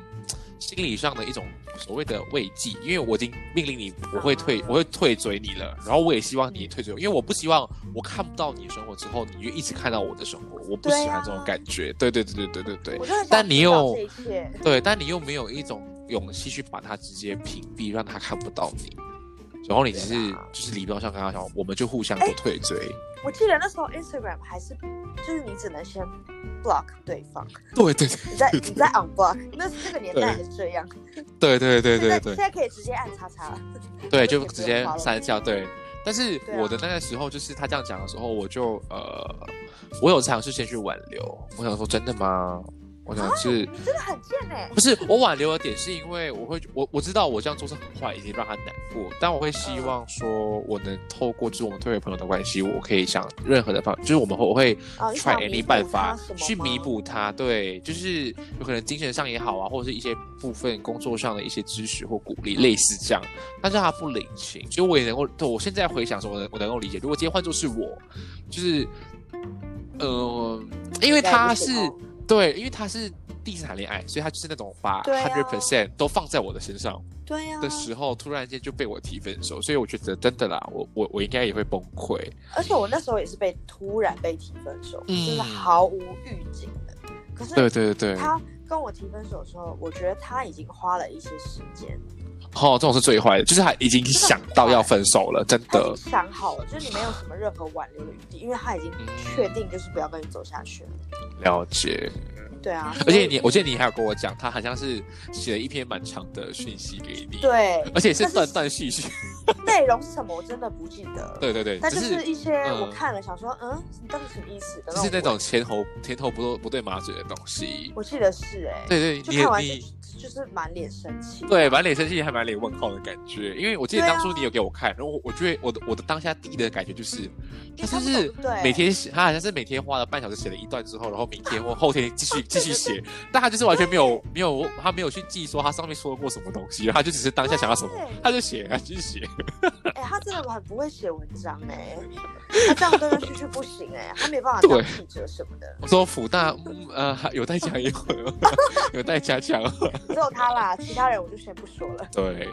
A: 心理上的一种所谓的慰藉，因为我已经命令你我会退
B: 啊，
A: 我会退追你了，然后我也希望你也退追我，因为我不希望我看不到你生活之后，你就一直看到我的生活，我不
B: 对啊
A: 喜欢这种感觉。对对对对对对对
B: 我就很想
A: 但你
B: 知道
A: 又
B: 这一切，
A: 对，但你又没有一种勇气去把它直接屏蔽，让他看不到你。然后你只是
B: 对啊哎
A: 就是理论上跟他讲，我们就互相都退追。
B: 我记得那时候 Instagram 还是就是你只能先 block 对方，
A: 对对对
B: 你再你再 unblock，那这个年代还是这样。
A: 对对对
B: 现
A: 对
B: 在
A: 对
B: 现。在可以直接按叉叉了。
A: 对，
B: 就
A: 就
B: 也
A: 直
B: 不用
A: 接
B: 花了
A: 删掉。对，但是
B: 对啊
A: 我的那个时候，就是他这样讲的时候，我就呃，我有尝试先去挽留。我想说，真的吗？我
B: 啊
A: 想是，
B: 你真的很贱哎、
A: 不是我挽留的点是因为我会，我我知道我这样做是很坏，已经让他难过，但我会希
B: 嗯
A: 望说，我能透过就是我们退为朋友的关系，我可以想任何的方，就是我们会我会
B: 啊你
A: try
B: 想弥
A: any
B: 补
A: 办
B: 他
A: 法
B: 什么
A: 去弥
B: 吗
A: 补他，对，就是有可能精神上也好啊，或者是一些部分工作上的一些支持或鼓励，类似这样，但是他不领情，所以我也能够，对我现在回想说，我能我能够理解，如果今天换作是我，就是，呃，因为
B: 应该也
A: 他
B: 不
A: 是
B: 行哦
A: 对，因为他是第一次谈恋爱，所以他就是那种把
B: 对啊
A: hundred percent 都放在我的身上
B: 对啊呀、
A: 的时候，突然间就被我提分手，所以我觉得真的啦，我我我应该也会崩溃，
B: 而且我那时候也是被突然被提分手，
A: 嗯
B: 就是毫无预警的。可是
A: 对对对对，
B: 他跟我提分手的时候，我觉得他已经花了一些时间，
A: 哦，这种是最坏的，就是他已经想到要分手了，真
B: 他已
A: 的
B: 经。想好了，就是你没有什么任何挽留的余地，因为他已经
A: 嗯
B: 确定就是不要跟你走下去了。
A: 了解。
B: 对啊，
A: 而且
B: 所以
A: 你，我记得你还有跟我讲，他好像是写了一篇蛮长的讯息给你，，
B: 对
A: 而且是
B: 但是
A: 断断续 续。
B: 内容是什么，我真的不记得了。
A: 对对对，
B: 但
A: 只
B: 就是是一些
A: 嗯
B: 我看了想说，嗯，你到底什么意思的
A: 就是那
B: 文
A: 种前后前头不对不对马嘴的东西。
B: 我记得是哎、欸，
A: 对
B: 就看
A: 对，
B: 完
A: 你
B: 就
A: 你
B: 就是满脸生气。
A: 对满脸生气，还满脸问号的感觉，因为我记得
B: 对啊
A: 当初你有给我看，然后我我觉得我的我的当下第一的感觉就是，他
B: 因为
A: 就
B: 他不
A: 是
B: 懂对
A: 每天写，他好像是每天花了半小时写了一段之后，然后明天或后天继续继续 写，但他就是完全没有没有他没有去记说他上面说过什么东西，他就只是当下想到什么
B: 对
A: 他就写，他继续写。
B: 哎、他真的很不会写文章哎、他这样断断续续不行哎、他没办法当
A: 对
B: 记者什么的，
A: 我说福大、嗯、呃有待加油， 有待加强。
B: 只有他啦，其他人我就先不说了。
A: 对，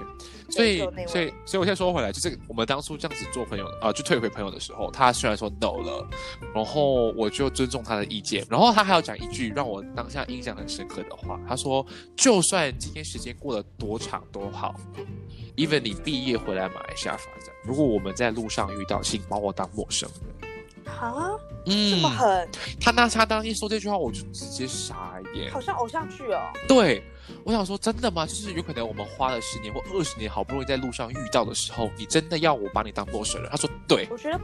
A: 所以
B: 就那位
A: 所以所以我现在说回来，就是我们当初这样子做朋友啊、呃，就退回朋友的时候，他虽然说 no 了，然后我就尊重他的意见，然后他还要讲一句让我当下印象很深刻的话，他说：“就算今天时间过得多长多好，even 你毕业回来马来西亚发展，如果我们在路上遇到，请把我当陌生人。”
B: 啊，这
A: 嗯
B: 么，狠，
A: 他那他当一说这句话，我就直接傻眼。
B: 好像偶像剧哦。
A: 对，我想说，真的吗？就是有可能我们花了十年或二十年，好不容易在路上遇到的时候，你真的要我把你当陌生人？他说对，
B: 我觉得，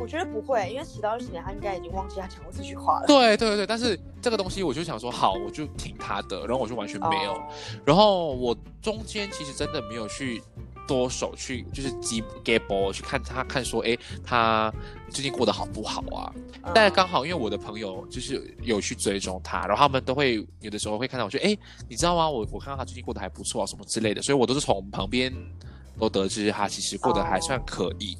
B: 我觉得不会，因为迟到二十年，他应该已经忘记他讲过这句话了。
A: 对对对。但是这个东西，我就想说，好，我就听他的，然后我就完全没有。
B: 哦
A: 然后我中间其实真的没有去多手去，就是急 get ball 去看他看说，诶，他最近过得好不好啊？
B: 嗯
A: 但刚好因为我的朋友就是有去追踪他，然后他们都会有的时候会看到我说，哎、你知道吗？我我看到他最近过得还不错啊，什么之类的，所以我都是从旁边都得知他其实过得还算可以。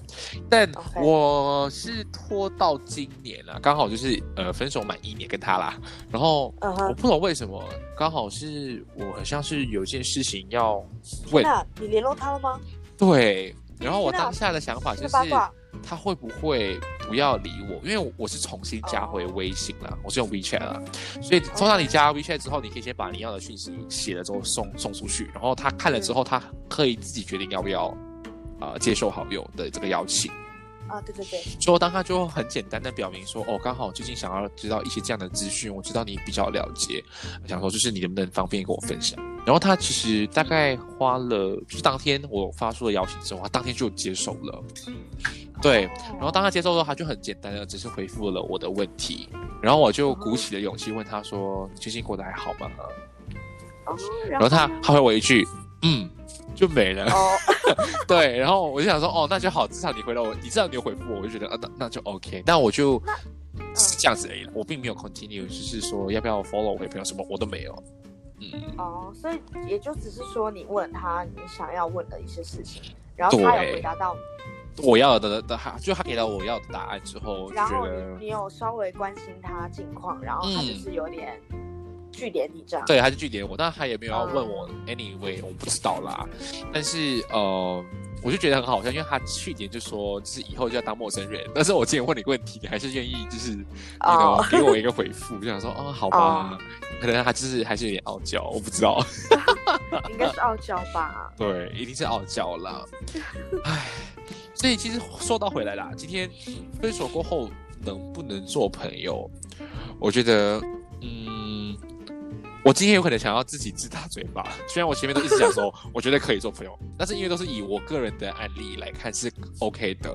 A: 但
B: OK
A: 我是拖到今年了，刚好就是呃分手满一年跟他啦，然后。
B: 嗯
A: 我
B: 哼，
A: 不懂为什么，刚好是我好像是有一件事情要问，
B: 那你联络他了吗？
A: 对，然后我
B: 天哪
A: 当下的想法
B: 这
A: 就
B: 个
A: 是
B: 八卦
A: 他会不会不要理我？因为我是重新加回微信了，我是用 WeChat 了，所以通常你加 WeChat 之后，你可以先把你要的讯息写了之后送送出去，然后他看了之后，他可以自己决定要不要呃接受好友的这个邀请。
B: 啊，对对对，
A: 所以当他就很简单的表明说，哦，刚好我最近想要知道一些这样的资讯，我知道你比较了解，呃想说就是你能不能方便跟我分享？然后他其实大概花了，就是当天我发出了邀请之后，他当天就接受了。对，然后当他接受之后，他就很简单的只是回复了我的问题，然后我就鼓起了勇气问他说：“你最近过得还好吗
B: 哦，？”然
A: 然后他
B: 呢
A: 他回我一句：“嗯。”就没了。
B: 哦，
A: 对，然后我就想说，哦，那就好，至少你回了我，你至少你有回复我，我就觉得，啊，那那就 OK，那我就
B: 嗯
A: 这样子而已了，我并没有 continue，就是说要不要 follow 我回朋友什么我都没有。嗯，
B: 哦，所以也就只是说你问他你想要问的一些事情，然后他有
A: 对
B: 回答到你，
A: 我要的的他就他给了我要的答案之后，就
B: 然
A: 觉
B: 后
A: 得
B: 你你有稍微关心他近况，然后他
A: 嗯
B: 就是有点据点你这样。
A: 对，他就拒绝我，但他也没有要问我 anyway，我不知道啦。但是呃，我就觉得很好笑，因为他去年就说，就是以后就要当陌生人。但是我今天问你问题，你还是愿意就是你
B: 哦
A: 给我一个回复，就想说哦，好吧，可能他就是还是有点傲娇，我不知道，
B: 应该是傲娇吧？
A: 对，一定是傲娇啦。唉，所以其实说到回来啦，今天分手过后能不能做朋友，我觉得，嗯，我今天有可能想要自己自打嘴巴。虽然我前面都一直讲说，我觉得可以做朋友，但是因为都是以我个人的案例来看是 OK 的，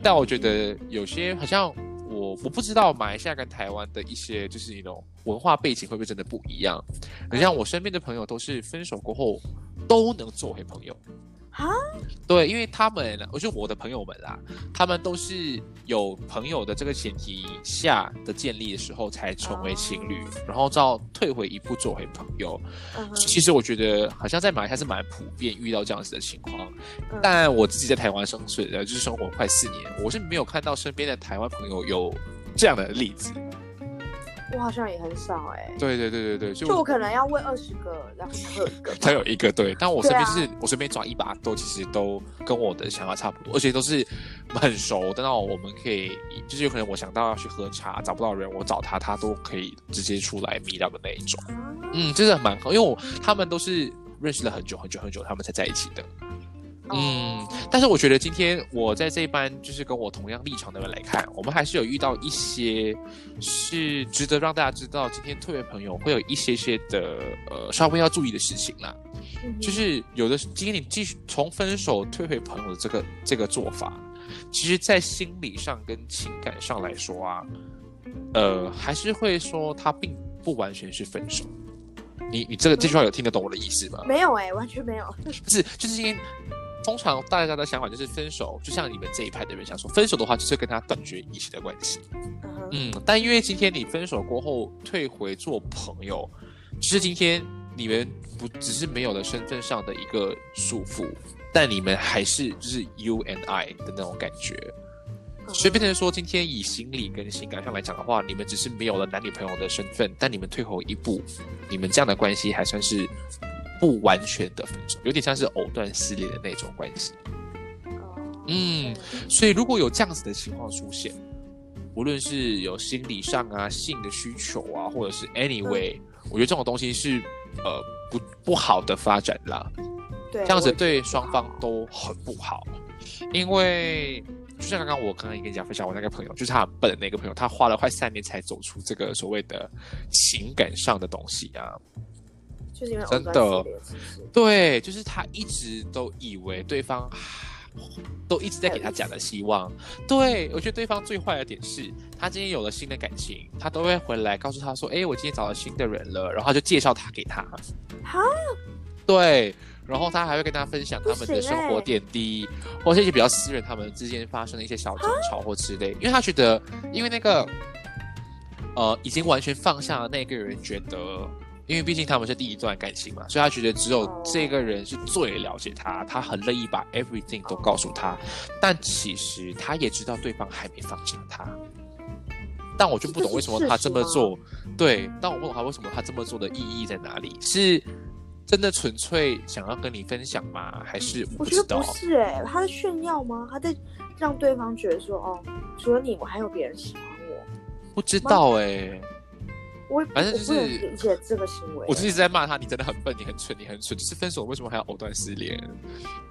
A: 但我觉得有些好像我我不知道马来西亚跟台湾的一些就是那种文化背景会不会真的不一样。你像我身边的朋友都是分手过后都能做回朋友。
B: 啊？
A: 对，因为他们，我就我的朋友们啦，他们都是有朋友的这个前提下的建立的时候才成为情侣，然后到退回一步做回朋友。
B: 哦嗯哼
A: 其实我觉得好像在马来西亚是蛮普遍遇到这样子的情况，
B: 嗯
A: 但我自己在台湾生存的，就是生活快四年，我是没有看到身边的台湾朋友有这样的例子。
B: 我好像也很少哎、
A: 对对对对对，嗯就
B: 就我可能要问二十个，然后才会有一个。
A: 他有一个对，但我身边
B: 对啊
A: 就是、我身边抓一把多，其实都跟我的想法差不多，而且都是很熟的那种。我们可以就是有可能我想到要去喝茶，找不到人，我找他，他都可以直接出来 meet up 的那一种。
B: 啊
A: 嗯，真的蛮好，因为我他们都是认识了很久很久很久，他们才在一起的。嗯
B: 哦，
A: 但是我觉得今天我在这一班就是跟我同样立场的人来看，我们还是有遇到一些是值得让大家知道，今天退为朋友会有一些些的呃稍微要注意的事情啦。
B: 嗯哼
A: 就是有的今天你继续从分手退回朋友的这个这个做法，其实在心理上跟情感上来说啊，呃，还是会说他并不完全是分手。你你这个这句话有听得懂我的意思吗？
B: 没有哎、完全没有。
A: 不是，就是因为通常大家的想法就是分手，就像你们这一派的人想说，分手的话就是跟他断绝一切的关系。
B: 嗯哼
A: 嗯，但因为今天你分手过后退回做朋友，只是今天你们不只是没有了身份上的一个束缚，但你们还是就是 you and I 的那种感觉，
B: 嗯
A: 所以变成说今天以心理跟情感上来讲的话，你们只是没有了男女朋友的身份，但你们退后一步，你们这样的关系还算是不完全的分手，有点像是藕断丝连的那种关系。
B: 哦
A: 嗯，所以如果有这样子的情况出现，无论是有心理上啊、性的需求啊，或者是 anyway，、我觉得这种东西是呃不不好的发展啦，
B: 对，
A: 这样子
B: 我
A: 对双方都很不好，因为。就像刚刚我刚刚也跟你讲分享，我那个朋友就是他很笨的那个朋友，他花了快三年才走出这个所谓的情感上的东西啊。
B: 就是因为
A: 真的
B: 藕断丝连其实
A: 对，就是他一直都以为对方 啊都一直在给他假的希望。对我觉得对方最坏的点是，他今天有了新的感情，他都会回来告诉他说：“哎，我今天找了新的人了。”然后他就介绍他给他。
B: 哈，
A: 对。然后他还会跟他分享他们的生活点滴，或是一些比较私人他们之间发生的一些小争吵或之类，因为他觉得，因为那个，呃，已经完全放下的那个人觉得因为毕竟他们是第一段感情嘛，所以他觉得只有
B: 哦
A: 这个人是最了解他，他很乐意把 everything 都告诉他，但其实他也知道对方还没放下他。但我就不懂为什么他这么做，对，但我不懂他为什么他这么做的意义在哪里？是真的纯粹想要跟你分享吗？还是我不
B: 我觉
A: 知
B: 得
A: 道
B: 不？是哎、他在炫耀吗？他在让对方觉得说，哦，除了你，我还有别人喜欢我。
A: 不知道哎、
B: 我
A: 反正就
B: 我不能
A: 是
B: 理解这个行为，
A: 我就一直在骂他，你真的很笨，你很蠢，你很蠢，就是分手为什么还要藕断丝连？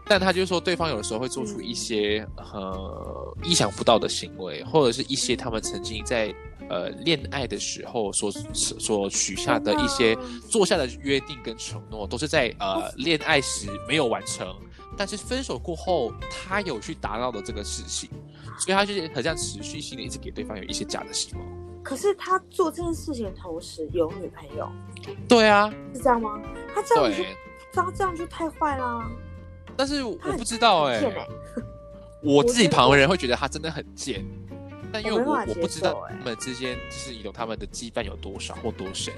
A: 但他就说，对方有时候会做出一些呃意想不到的行为，或者是一些他们曾经在呃恋爱的时候所所许下的一些
B: 真的
A: 做下的约定跟承诺，都是在呃恋爱时没有完成，但是分手过后他有去达到的这个事情，所以他就是很像持续性的一直给对方有一些假的希望。
B: 可是他做这件事情的同时有女朋友，
A: 对啊，
B: 是这样吗？他这样就
A: 对，
B: 他这样就太坏啦，
A: 但是我
B: 他很
A: 不知道哎、
B: 很贱哎、
A: 我自己旁人会觉得他真的很贱，但因为
B: 我没
A: 我
B: 办法
A: 我不
B: 接
A: 知道
B: 受欸
A: 他们之间就是有他们的羁绊有多少或多深，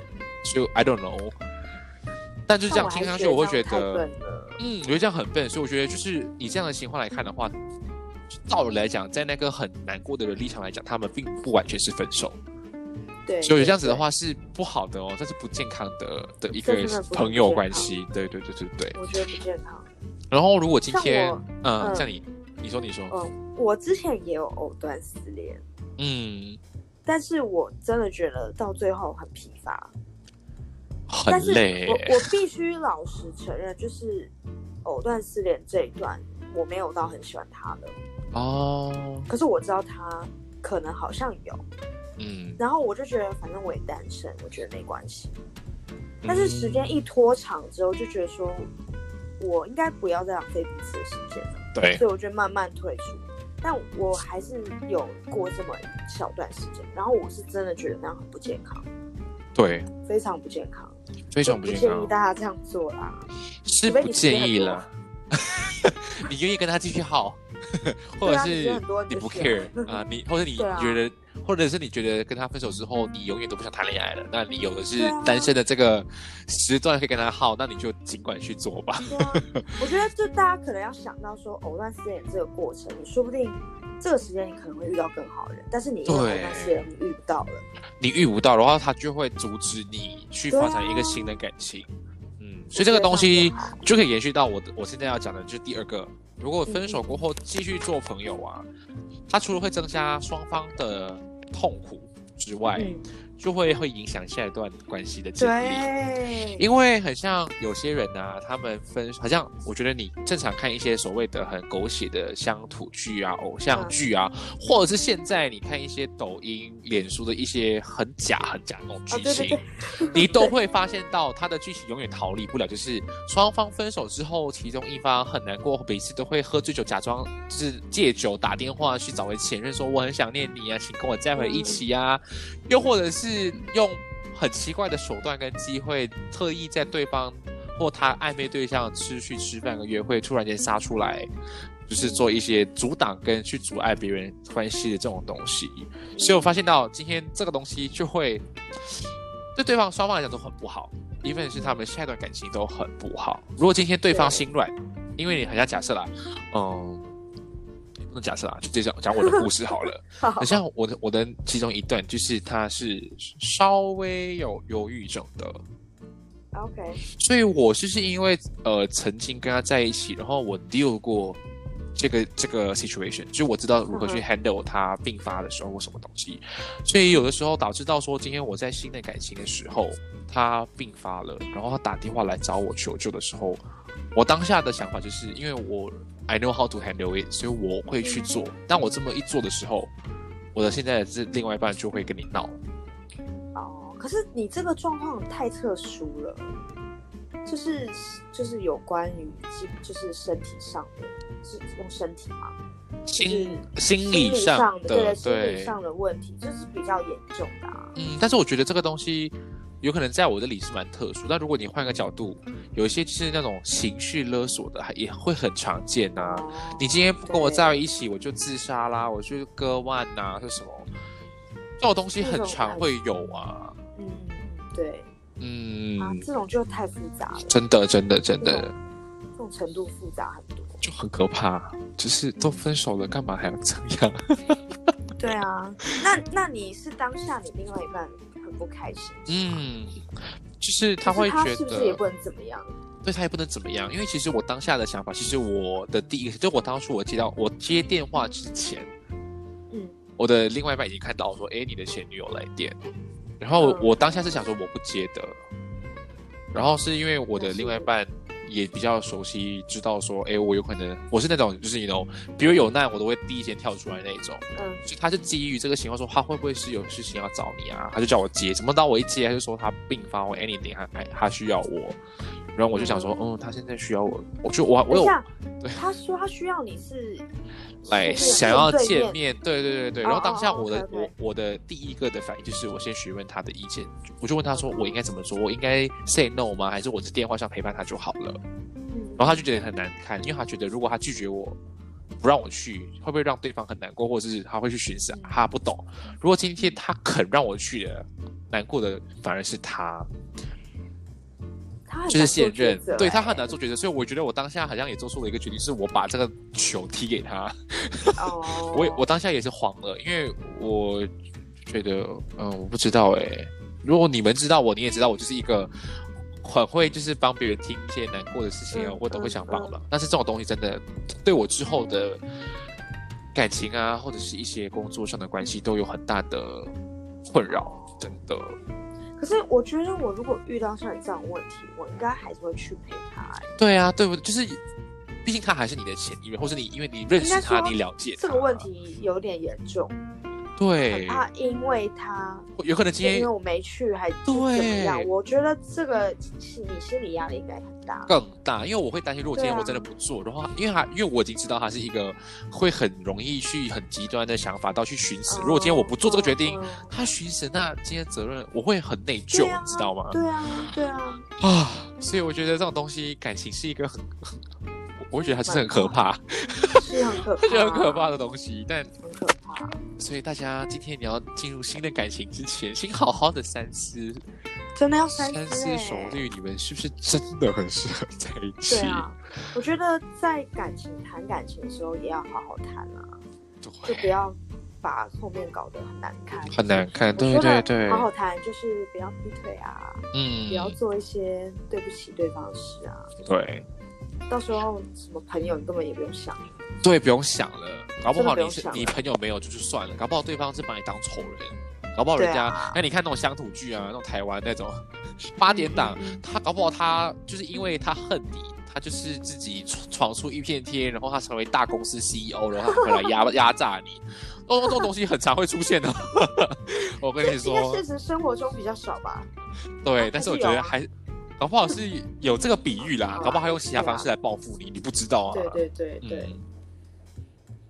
A: 所以 I don't know。但就是这样
B: 但我还
A: 听上去，我会觉
B: 这样太
A: 得
B: 笨，了
A: 嗯，我觉得这样很笨，所以我觉得就是以这样的情况来看的话，道理来讲，在那个很难过的人立场来讲，他们并不完全是分手，
B: 对，
A: 所以
B: 对
A: 这样子的
B: 对
A: 话是不好的哦，这是不健康的的一
B: 这真
A: 个
B: 的不
A: 朋友
B: 健
A: 关
B: 康
A: 系。对对对对对。
B: 我觉得不健康。
A: 然后如果今
B: 像
A: 天
B: 我，
A: 嗯，
B: 嗯
A: 像你，你说你说，
B: 嗯，我之前也有藕断丝连，
A: 嗯，
B: 但是我真的觉得到最后很疲乏。
A: 很
B: 但是
A: 累欸
B: 我。我必须老实承认，就是藕断丝连这一段，我没有到很喜欢他的，
A: 哦，
B: 可是我知道他可能好像有，
A: 嗯，
B: 然后我就觉得反正我也单身，我觉得没关系。但
A: 嗯
B: 是时间一拖长之后，就觉得说我应该不要再浪费彼此的时间了，
A: 嗯对，
B: 所以我就慢慢退出。但我还是有过这么一小段时间，然后我是真的觉得那样很不健康，
A: 对，
B: 非常不健康，
A: 非常不
B: 就
A: 健
B: 建议
A: 康，
B: 大家这样 做啦。
A: 是不建议 了。你愿意跟他继续耗，或者
B: 对啊你觉
A: 是
B: 得很多
A: 你不
B: 你就选
A: care 啊？你或者你
B: 对啊
A: 觉得，或者是你觉得跟他分手之后，你永远都不想谈恋爱了，那你有的是
B: 对啊
A: 单身的这个时段可以跟他耗，那你就尽管去做吧。
B: 对啊，我觉得就大家可能要想到说，哦藕断丝连这个过程，你说不定这个时间你可能会遇到更好的人，但是你因为
A: 对
B: 藕断丝连你遇不到了，
A: 你遇不到的话，他就会阻止你去发展
B: 啊
A: 一个新的感情。嗯，所以这个东西就可以延续到我的我现在要讲的，就是第二个，如果
B: 嗯
A: 分手过后继续做朋友啊，它除了会增加双方的痛苦之外，
B: 嗯，
A: 就会会影响下一段关系的建立。
B: 对，
A: 因为很像有些人啊，他们分好像我觉得你正常看一些所谓的很狗血的乡土剧啊、偶
B: 嗯
A: 像剧啊，或者是现在你看一些抖音、脸书的一些很假、很假那种
B: 哦
A: 剧
B: 对
A: 情，
B: 对对，
A: 你都会发现到它的剧情永远逃离不了，就是双方分手之后，其中一方很难过，每次都会喝醉酒，假装就是借酒打电话去找回前任，说我很想念你啊，请跟我再回一起啊，又或者是用很奇怪的手段跟机会，特意在对方或他暧昧对象吃去吃饭和约会，突然间杀出来。就是做一些阻挡跟去阻碍别人关系的这种东西，所以我发现到今天这个东西就会对对方双方来讲都很不好，一份是他们下一段感情都很不好。如果今天对方心软，因为你很像假设啦，嗯，也不能假设啦，就直接讲讲我的故事好了。
B: 好好
A: 很像我的我的其中一段就是他是稍微有忧郁症的，
B: ，OK，
A: 所以我就是因为呃曾经跟他在一起，然后我 deal 过这个这个 situation，就是我知道如何去
B: 嗯
A: handle 他病发的时候或什么东西，所以有的时候导致到说，今天我在新的感情的时候，他病发了，然后他打电话来找我求救的时候，我当下的想法就是因为我 I know how to handle it，所以我会去
B: 嗯
A: 做。但我这么一做的时候，我的现在的这另外一半就会跟你闹。
B: 哦，可是你这个状况太特殊了，就是就是有关于基就是身体上的，是用身体吗？
A: 心
B: 心
A: 心理
B: 理
A: 上
B: 的，
A: 的
B: 对，心理上的问题，这是比较严重的啊。
A: 嗯，但是我觉得这个东西有可能在我这里是蛮特殊。但如果你换个角度，有一些就是那种情绪勒索的，还也会很常见呐、
B: 哦
A: 你今天不跟我
B: 对
A: 在一起，我就自杀啦，我就割腕呐、是什么？这种东西很常会有啊。
B: 嗯，对
A: 嗯，
B: 啊，这种就太复杂了，
A: 真的，真的，真
B: 这
A: 的
B: 种这种程度复杂很多。
A: 就很可怕。就是都分手了，干嘛还要这样？
B: 对啊，那那你是当下你另外一半很不开心，
A: 嗯，就是
B: 可
A: 他会
B: 是他
A: 觉得
B: 是不是也不能怎么样？
A: 对他也不能怎么样，因为其实我当下的想法，其实我的第一个，就我当初我接到我接电话之前，
B: 嗯，
A: 哎我的另外一半已经看到我说，诶，你的前女友来电，然后我
B: 嗯
A: 我当下是想说我不接的，然后是因为我的另外一半也比较熟悉，知道说，哎，我有可能我是那种就是你 know，比如有难我都会第一先跳出来那种。
B: 嗯，
A: 就他是基于这个情况说他会不会是有事情要找你啊？他就叫我接，怎么到我一接他就说他病发哎或 anything，他他他需要我，然后我就想说，嗯，他现在需要我，我就我我
B: 等
A: 有
B: 一下
A: 对，
B: 他说他需要你是
A: 来
B: 是
A: 想要
B: 对
A: 见面，对对对对。
B: 哦
A: 然后当下我的
B: 哦哦
A: 我
B: OK，OK
A: 我的第一个的反应就是我先询问他的意见，我就问他说我应该怎么做，我应该 say no 吗？还是我在电话上陪伴他就好了？
B: 嗯
A: 然后他就觉得很难堪，因为他觉得如果他拒绝我，不让我去，会不会让对方很难过，或者是他会去寻死？
B: 嗯
A: 他不懂。如果今天他肯让我去的，难过的反而是他，
B: 他很
A: 就是
B: 难做
A: 现任
B: 抉择，
A: 对他
B: 欸
A: 很难做抉择。所以我觉得我当下好像也做出了一个决定，是我把这个球踢给他。
B: 哦，
A: 我也我当下也是慌了，因为我觉得，嗯，我不知道哎、如果你们知道我，你也知道我就是一个很会就是帮别人听一些难过的事情啊，
B: 嗯
A: 我都会想帮
B: 嗯
A: 忙。但是这种东西真的对我之后的感情啊，或者是一些工作上的关系都有很大的困扰，真的。
B: 可是我觉得我如果遇到像你这样的问题，我应该还是会去陪他、欸。
A: 对啊，对不？就是毕竟他还是你的前任，或是你因为你认识
B: 应该
A: 他，
B: 说
A: 你了解他
B: 这个问，题有点严重，
A: 对，
B: 他因为他
A: 有可能今
B: 因为
A: 天
B: 我没去还是怎
A: 对
B: 么样，我觉得这个心你心理压力应该很大。
A: 更大，因为我会担心，如果今天
B: 对啊
A: 我真的不做的话，因为他，因为我已经知道他是一个会很容易去很极端的想法到去寻死。如果今天我不做这个决定，
B: 嗯，
A: 他寻死，那今天责任我会很内疚，
B: 对啊
A: 你知道吗？
B: 对啊，对啊，
A: 啊，所以我觉得这种东西，感情是一个很， 我会觉得它是很可怕，
B: 是很可怕，
A: 它 是很可怕，的东西。但
B: 很可怕。
A: 所以大家今天你要进入新的感情之前，先好好的三思，
B: 真的要三
A: 三
B: 思、
A: 思
B: 欸、
A: 熟虑，你们是不是真的很适合在一起
B: 对？啊，我觉得在感情谈感情的时候也要好好谈啊，就
A: 对
B: 不要把后面搞得很难看。
A: 很难看，对
B: 我觉
A: 对
B: 得
A: 对，
B: 好好谈就是不要劈腿啊，
A: 嗯，
B: 不要做一些对不起对方的事啊。
A: 对
B: 到时候什么朋友你根本也不用想。
A: 对，不用想了，搞不好
B: 真的不
A: 你
B: 用
A: 是
B: 想了
A: 你朋友没有就就算了，搞不好对方是把你当仇人，搞不好人
B: 对
A: 家、
B: 啊
A: 那你看那种乡土剧啊，那种台湾那种八点档，
B: 嗯，嗯
A: 他搞不好他就是因为他恨你。他就是自己闯闯出一片天，然后他成为大公司 CEO，然后他回来 压压榨你，哦，这种东西很常会出现的。 我跟你
B: 嗯应该
A: 说
B: 现，实生活中比较少吧。
A: 对，但是我觉
B: 有
A: 得
B: 啊
A: 还搞不好是有这个比喻啦，搞不好还用其他
B: 对啊
A: 方式来报复你，你不知道啊。
B: 对对对对
A: 嗯，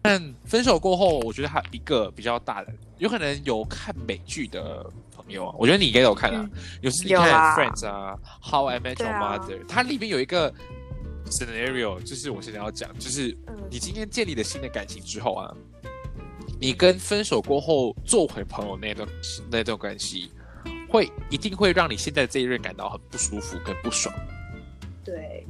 A: 但分手过后，我觉得还有一个比较大的，有可能有看美剧的朋友啊，我觉得你应该有看啊，有时你
B: 嗯有
A: 看
B: 啊
A: Friends 啊，How I Met
B: 对
A: Your
B: 啊
A: Mother，、它里面有一个 scenario，就是我现在要讲，就是
B: 嗯
A: 你今天建立了新的感情之后啊，你跟分手过后做回朋友那段那段关系，会一定会让你现在这一任感到很不舒服跟不爽。
B: 对，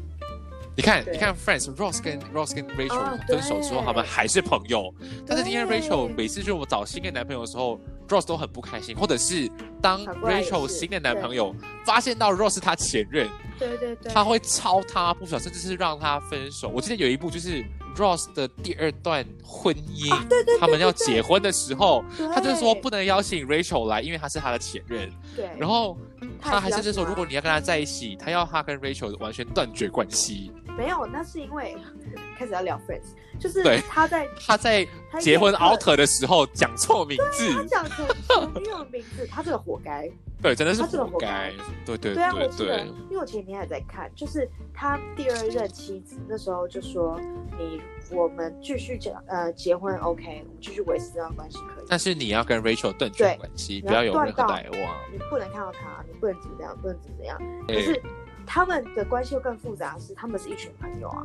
A: 你看，
B: 对
A: 你看，Friends，Ross 跟 Ross 跟 Rachel
B: 啊
A: 分手之后，
B: 对
A: 他们还是朋友。但是今天
B: 对
A: Rachel 每次就我找新的男朋友的时候，Ross 都很不开心，或者是当
B: 反过来也是
A: Rachel 新的男朋友发现到 Ross 是他前任，
B: 对对对，
A: 他会超他不爽，甚至是让他分手。我记得有一部就是 Ross 的第二段婚姻，
B: 啊对对对
A: 他们要结婚的时候，
B: 对
A: 他就说不能邀请 Rachel 来，因为他是他的前任。
B: 对，
A: 然后他
B: 他
A: 还
B: 还是
A: 甚至
B: 邀请
A: 说，
B: 他
A: 如果你要跟他在一起，他要他跟 Rachel 完全断绝关系。
B: 没有，那是因为开始要聊 friends，就是
A: 对
B: 他在
A: 他在结婚 alter 的时候讲错名字
B: 他，讲 成成英文名字，他这个活该。
A: 对，真的是
B: 他真的
A: 活该
B: 活。
A: 对对
B: 对啊，我
A: 对
B: 记得
A: 对，，
B: 因为我前天还在看，就是他第二任妻子那时候就说：“你我们继续讲呃结婚，OK，我们继续维持这段关系可以，
A: 但是你要跟 Rachel 断绝关系，
B: 对
A: 不要有任
B: 你
A: 何
B: 要断到
A: 来往。
B: 你不能看到他，你不能怎么样，不能怎么样。”可
A: 哎
B: 是他们的关系又更复杂，是他们是一群朋友啊，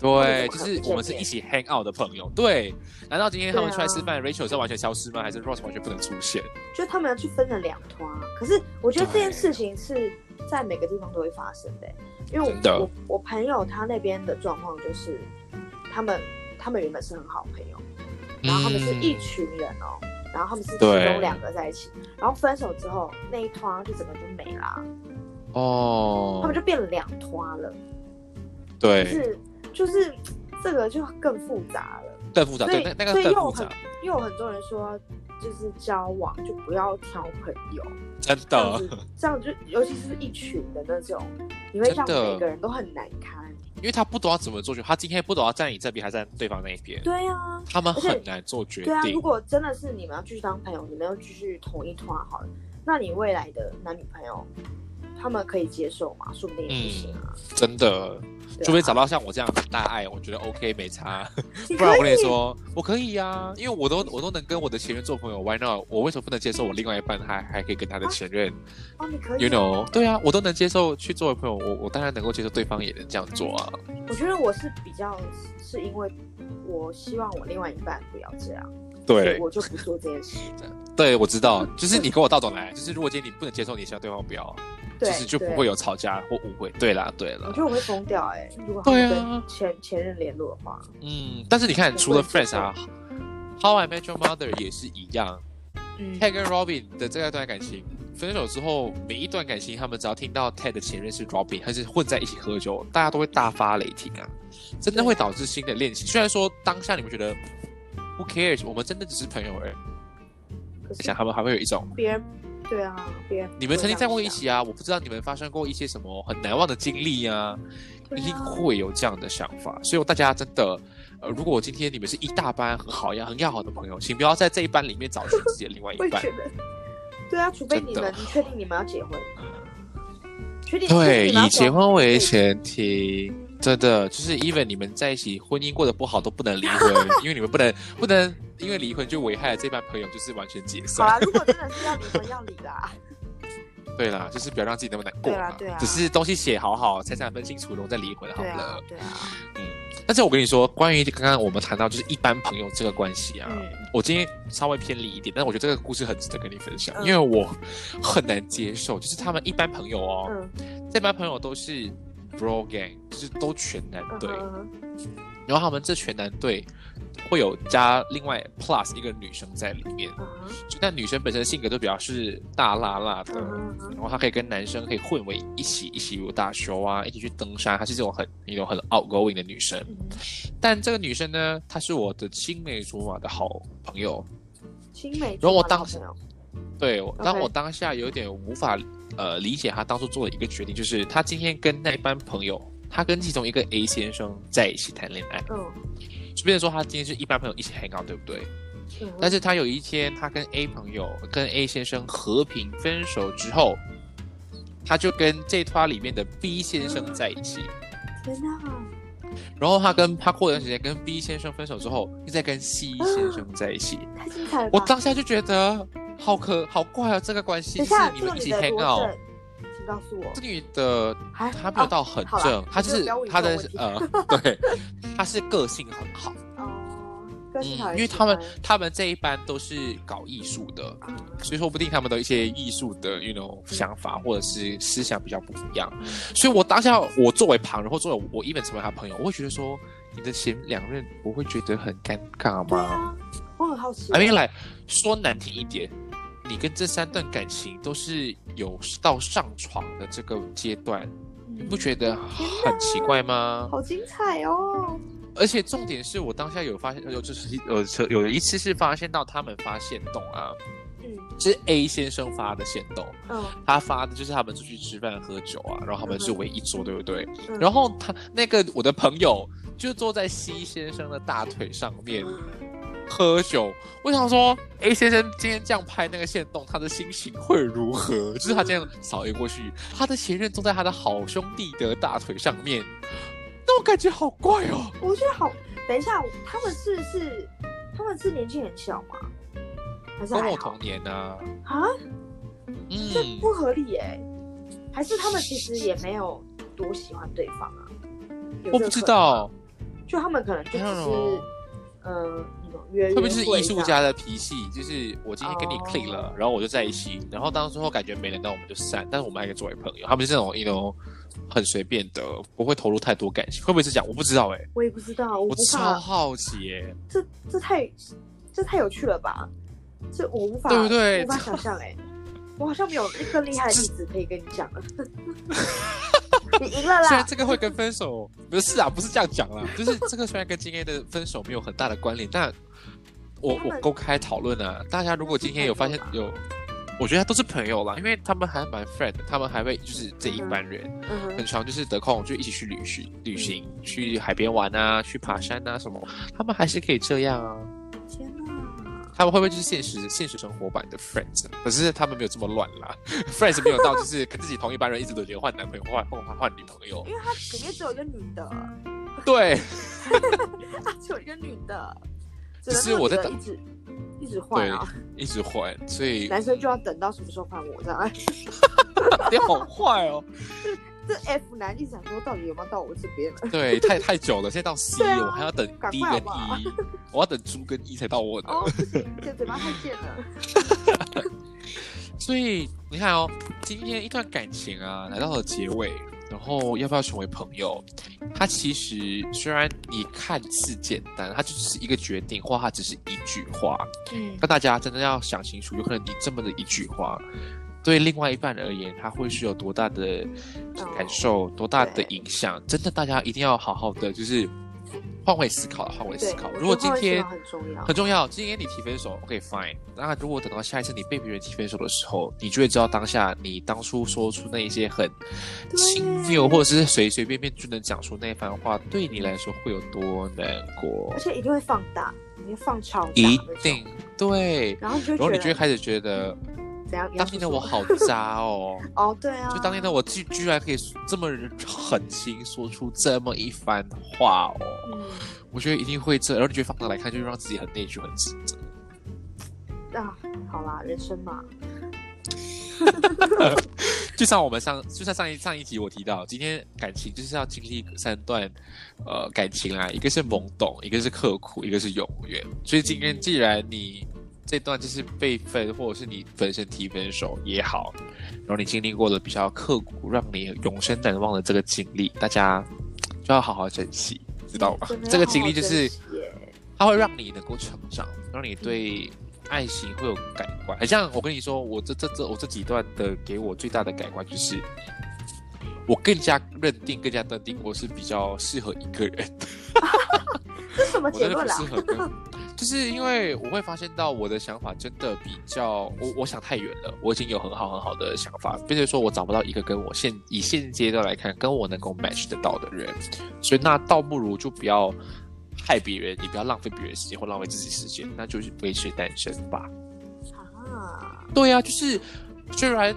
A: 对，
B: 不
A: 就
B: 可能
A: 是
B: 见
A: 我们是
B: 面
A: 一起 hang out 的朋友。对，难道今天他们出来吃饭，Rachel
B: 啊
A: 是完全消失吗？还是 Ross 完全不能出现？
B: 就他们要去分了两团啊。可是我觉得这
A: 对
B: 件事情是在每个地方都会发生的欸、因为
A: 真的
B: 我我我朋友他那边的状况就是，他们他们原本是很好朋友，然后他们是一群人哦，然后他们是其
A: 嗯对
B: 中两个在一起，然后分手之后那一团就整个就没啦，
A: 哦
B: 他们就变了两团了，就
A: 对，
B: 是就是这个就更复杂了，
A: 更复杂，
B: 所
A: 对，
B: 以
A: 那那个
B: 所以
A: 更
B: 又
A: 复
B: 很
A: 杂。
B: 又有很多人说就是交往就不要挑朋友，
A: 真
B: 这样
A: 的
B: 子，这样就尤其是一群的那种，你会让
A: 真的
B: 每个人都很难堪。
A: 因为他不懂要怎么做决，他今天不懂要站你这边还是站对方那一边，
B: 对啊，
A: 他们
B: 而且
A: 很难做决
B: 对啊，
A: 定
B: 如。果真的是你们要继续当朋友，你们要继续同一团好了，那你未来的男女朋友，他们可以接受吗？说不定也不行啊。
A: 真的，
B: 对啊
A: 嗯除非找到像我这样的大爱，我觉得 OK 没差。
B: 你
A: 不然我
B: 可
A: 跟你
B: 以
A: 说，我可以呀、因为我都我都能跟我的前任做朋友，Why not？我为什么不能接受我另外一半还还可以跟他
B: 啊
A: 的前任、
B: 哦，你可以
A: y o u
B: 啊。
A: know？对啊，我都能接受去作为朋友，我我当然能够接受对方也能这样做啊。
B: 我觉得我是比较是因为我希望我另外一半不要这样，所以我就不做这 件事。
A: 对，我知 道，就是你跟我倒转来，就是如果今天你不能接受，你也希望对方不要，
B: 对，
A: 就是就不
B: 对
A: 会。有吵架或误会。对啦，对
B: 我
A: 啦
B: 觉，得我会疯掉哎、如果他
A: 对
B: 们
A: 啊
B: 跟前、前任联络的话，
A: 嗯，但是你看，
B: 我
A: 除了
B: 会接
A: Friends 啊，How I Met Your Mother 也是一样，
B: 嗯，
A: Ted 跟 Robin 的这段感情分手之后，每一段感情，他们只要听到 Ted 的前任是 Robin，还是混在一起喝酒，大家都会大发雷霆啊！真的会导致新的恋情。虽然说当下你们觉得 Who cares，我们真的只是朋友而已，
B: 可是
A: 想他们还会有一种
B: 别人对啊，别人
A: 你们曾经在过一
B: 起。
A: 起啊，我不知道你们发生过一些什么很难忘的经历啊，
B: 对啊
A: 一定会有这样的想法。所以大家真的，呃，如果今天你们是一大班很好呀、很要好的朋友，请不要在这一班里面找寻自己的另外
B: 会
A: 一半。
B: 觉得，对啊，除非你
A: 真的
B: 们你确定你们要结婚，确 定
A: 对，
B: 确定你们
A: 以
B: 要
A: 结
B: 走
A: 婚为前提，真的就是 even 你们在一起婚姻过得不好都不能离婚，因为你们不能不能因为离婚就危害了这帮朋友，就是完全解
B: 好
A: 散。
B: 啦，如果真的是要离婚要离啦，
A: 对啦，就是不要让自己那么难过
B: 对啊
A: 嘛
B: 对啊
A: 只是东西写好好，财产分清楚，然后再离婚好
B: 对啊
A: 了。
B: 对啊，
A: 但是我跟你说，关于刚刚我们谈到就是一般朋友这个关系啊，
B: 嗯
A: 我今天稍微偏离一点，但是我觉得这个故事很值得跟你分享，
B: 嗯
A: 因为我很难接受，就是他们一般朋友哦，
B: 嗯
A: 这帮朋友都是 bro gang，就是都全男
B: 嗯
A: 队。
B: 哼
A: 然后他们这全男队会有加另外 plus 一个女生在里面，
B: 嗯哼
A: 就但女生本身性格都比较是大辣辣的，
B: 嗯哼嗯哼
A: 然后她可以跟男生可以混为一起，一起有打球啊，一起去登山，她是这种很那种很 outgoing 的女生。
B: 嗯哼，
A: 但这个女生呢，她是我的青梅竹马的好朋友，
B: 青梅
A: 如果
B: 竹
A: 我
B: 马
A: 当
B: 的朋友，
A: 对，我
B: OK
A: 当我当下有点无法呃理解她当初做的一个决定，就是她今天跟那班朋友，她跟其中一个 A 先生在一起谈恋爱。
B: 嗯
A: 就变成说他今天是一般朋友一起 hang out，对不对？
B: 嗯，
A: 但
B: 是
A: 是他有一天，他跟 A 朋友、跟 A 先生和平分手之后，他就跟这团里面的 B 先生在一起。
B: 天哪，
A: 然后他跟他过一段时间跟 B 先生分手之后，又再跟 C 先生在一起。
B: 太精彩了啊吧！
A: 我当下就觉得好可好怪啊，这个关系
B: 等
A: 就
B: 一下
A: 是，你
B: 这个
A: 们一
B: 女
A: 起
B: 的
A: hang
B: 多
A: out
B: 正。，请告诉我
A: 这，女的
B: 还
A: 她没有到很
B: 好啦
A: 正，她
B: 你
A: 就
B: 这个
A: 是
B: 标语
A: 她的
B: 哦没有问题
A: 呃 对，她是个性很好。
B: 哦，个性
A: 嗯，
B: 好人
A: 因为
B: 喜
A: 他们
B: 欢
A: 他们这一班都是搞艺术的，
B: 啊
A: 所以说不定他们的一些艺术的 you know 想法或者是思想比较不一样。所以我当下我作为旁人或作为我一本成为他朋友，我会觉得说你的前两任我会觉得很尴尬
B: 对
A: 吗？
B: 啊，我很好奇，
A: I mean 来说难听一点，你跟这三段感情都是有到上床的这个阶段，你
B: 嗯
A: 不觉得很奇怪吗？
B: 好精彩哦，
A: 而且重点是我当下有发现，有就是有有一次是发现到他们发现动啊，
B: 嗯
A: 是 A 先生发的现动，
B: 嗯
A: 他发的就是他们出去吃饭喝酒啊，然后他们是围一桌，对不对？
B: 嗯，
A: 然后他那个我的朋友就坐在 C 先生的大腿上面喝酒，我想说 A 先生今天这样拍那个现动，他的心情会如何？就是他这样扫一过去，他的前任坐在他的好兄弟的大腿上面，那我感觉好怪哦。
B: 我觉得好，等一下，他们是是他们是年纪很小吗？还是
A: 跟
B: 还
A: 哦我
B: 好
A: 同年啊，
B: 啊？这
A: 嗯，
B: 不合理耶、还是他们其实也没有多喜欢对方啊？有
A: 我不
B: 这个
A: 知
B: 可能吗，
A: 道，
B: 就他们可能就只
A: I don't know
B: 是嗯，你懂约
A: 会
B: 约
A: 不会就是
B: 会
A: 艺术
B: 这样
A: 家的脾气？就是我今天跟你
B: 哦
A: click 了，然后我就在一起，然后当最后感觉没了，那我们就散，但是我们还可以作为朋友。他们是这种一种很随便的，不会投入太多感情，会不会是这样？我不知道哎、
B: 我也不知道，
A: 我
B: 我无
A: 超
B: 法，
A: 好奇欸耶、
B: 这这太这太有趣了吧？这我无法，
A: 对不对
B: 无法想象 哎、我好像没有更厉害的例子可以跟你讲了。 你赢了
A: 虽
B: 啦
A: 然！这个会跟分手不是啊，不是这样讲啦，就是这个虽然跟今天的分手没有很大的关联，但我
B: 他
A: 我
B: 们
A: 公开讨论啊，大家如果今天有发现
B: 他们是
A: 有，我觉得都是朋友啦，因为他们还蛮 friend，的，他们还会就是这一
B: 嗯哼
A: 班人，
B: 嗯哼
A: 很常就是得空就一起去旅行、旅行，
B: 嗯
A: 去海边玩啊，去爬山啊什么，他们还是可以这样啊。
B: 天哪，
A: 他们会不会就是现实现实生活版的 Friends？可啊是他们没有这么乱啦，Friends 没有到就是 跟自己同一班人一直轮流换男朋友、换换换女朋友。
B: 因为他里面只有一个女的，
A: 对，
B: 他只有一个女的，
A: 只
B: 只
A: 是我在
B: 能那个女的一直一直换啊，
A: 一直换，所以
B: 男生就要等到什么时候换我这样。哎
A: 你好坏哦。
B: 这 F 男一直想说，到底有没有到我这边？
A: 对，太太久了，现在到 C，、
B: 对啊
A: 我还要等
B: 赶
A: D
B: 快
A: 跟
B: 好不好
A: E，我要等猪跟 E 才到我呢。
B: 哦，不行，这嘴巴太贱了。
A: 所以你看哦，今天一段感情啊，来到了结尾，然后要不要成为朋友？它其实虽然你看似简单，它就只是一个决定，或它只是一句话，
B: 嗯
A: 但大家真的要想清楚，有可能你这么的一句话，对另外一半而言，它会是有多大的感受，多大的
B: 嗯对
A: 影响？真的，大家一定要好好的，就是换位思考，换位思
B: 对
A: 考。，
B: 我
A: 如果
B: 觉
A: 今
B: 得换
A: 天
B: 位思考很重要
A: 很，重要。今天你提分手，OK fine。那如果等到下一次你被别人提分手的时候，你就会知道当下你当初说出那一些很
B: 对
A: 轻蔑，或者是随随便便就能讲出那一番话，对你来说会有多难过
B: 而？且一定会放大，你会放超大，
A: 一。定对。
B: 然后你就
A: 然后
B: 会
A: 你就会
B: 觉得嗯
A: 开始觉得，
B: 怎样？
A: 当年 的我
B: 你要
A: 好渣哦，
B: 说什么哦，对啊，
A: 就当年的我 居居然可以这么狠心说出这么一番话哦，
B: 嗯，
A: 我觉得一定会这，然后你觉得放大来看，就会让自己很内疚、很自责。
B: 啊，好啦，人生嘛，
A: 就像我们上，就像上一上一集我提到，今天感情就是要经历三段，呃，感情啦，一个是懵懂，一个是刻苦，一个是永远。所以今天既然你这段就是被分，或者是你本身提分手也好，然后你经历过了比较刻苦，让你永生难忘的这个经历，大家就要好好珍惜， 知道吗
B: 真的？要
A: 这个经历就
B: 好好珍
A: 是
B: 惜耶
A: 它会让你能够成长，让你对爱情会有改观。很像我跟你说，我这这这我这几段的给我最大的改观就是，我更加认定、更加断定我是比较适合一个人，
B: 这什么
A: 我
B: 结
A: 真的
B: 论
A: 不
B: 啦
A: 适？合跟。 就是因为我会发现到我的想法真的比较，我我想太远了，我已经有很好很好的想法，并且说我找不到一个跟我现以现阶段来看跟我能够 match 得到的人，所以那倒不如就不要害别人，也不要浪费别人时间或浪费自己时间，那就是维持单身吧。
B: 啊，
A: 对啊，就是虽然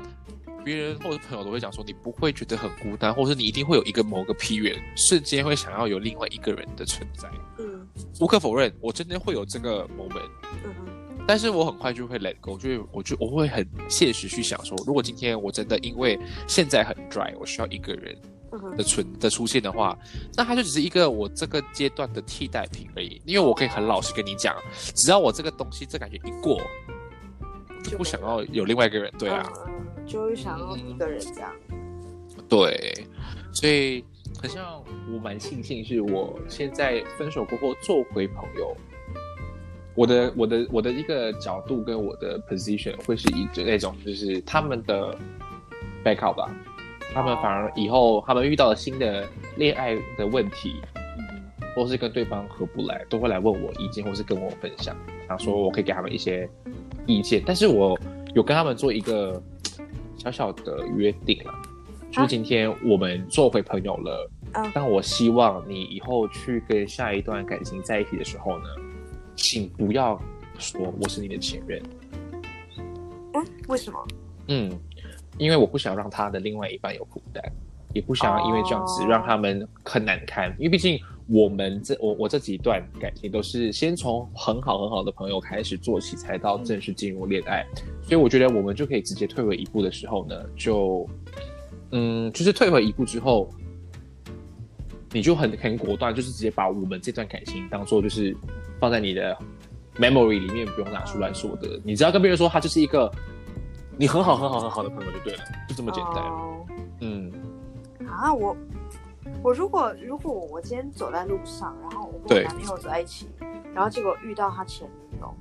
A: 别人或者朋友都会讲说你不会觉得很孤单，或者是你一定会有一个某个 period 瞬间会想要有另外一个人的存在。
B: 嗯
A: 无可否认，我真的会有这个 moment，
B: 嗯哼
A: 但是我很快就会 let go，就会我就我会很现实去想说，如果今天我真的因为现在很 dry，我需要一个人
B: 嗯
A: 的
B: 哼，
A: 存的出现的话，那它就只是一个我这个阶段的替代品而已。因为我可以很老实跟你讲，只要我这个东西这感觉一过，我就不想要有另外一个人。对啊，
B: 嗯，嗯就会想要一个人这样，
A: 对，所以很像我蛮庆幸是我现在分手过后做回朋友，我的我的我的一个角度跟我的 position 会是以那种就是他们的 backup 吧，他们反而以后他们遇到了新的恋爱的问题，
B: 嗯
A: 或是跟对方合不来，都会来问我意见，或是跟我分享，想说我可以给他们一些意见。但是我有跟他们做一个小小的约定啦，就是今天我们做回朋友了，
B: 嗯
A: 但我希望你以后去跟下一段感情在一起的时候呢，请不要说我是你的前任，
B: 嗯，为什么？
A: 嗯，因为我不想让他的另外一半有负担，也不想因为这样子
B: 哦
A: 让他们很难堪，因为毕竟我们这我我这几段感情都是先从很好很好的朋友开始做起，才到正式进入恋爱，所以我觉得我们就可以直接退回一步的时候呢，就嗯，就是退回一步之后。你就很很果断，就是直接把我们这段感情当做就是放在你的 memory 里面，不用拿出来说的。你只要跟别人说，他就是一个你很好很好很好的朋友就对了，就这么简单。
B: 哦
A: 嗯，
B: 啊，我我如果如果我今天走在路上，然后我跟
A: 对
B: 我男朋友走在一起，然后结果遇到他前女友，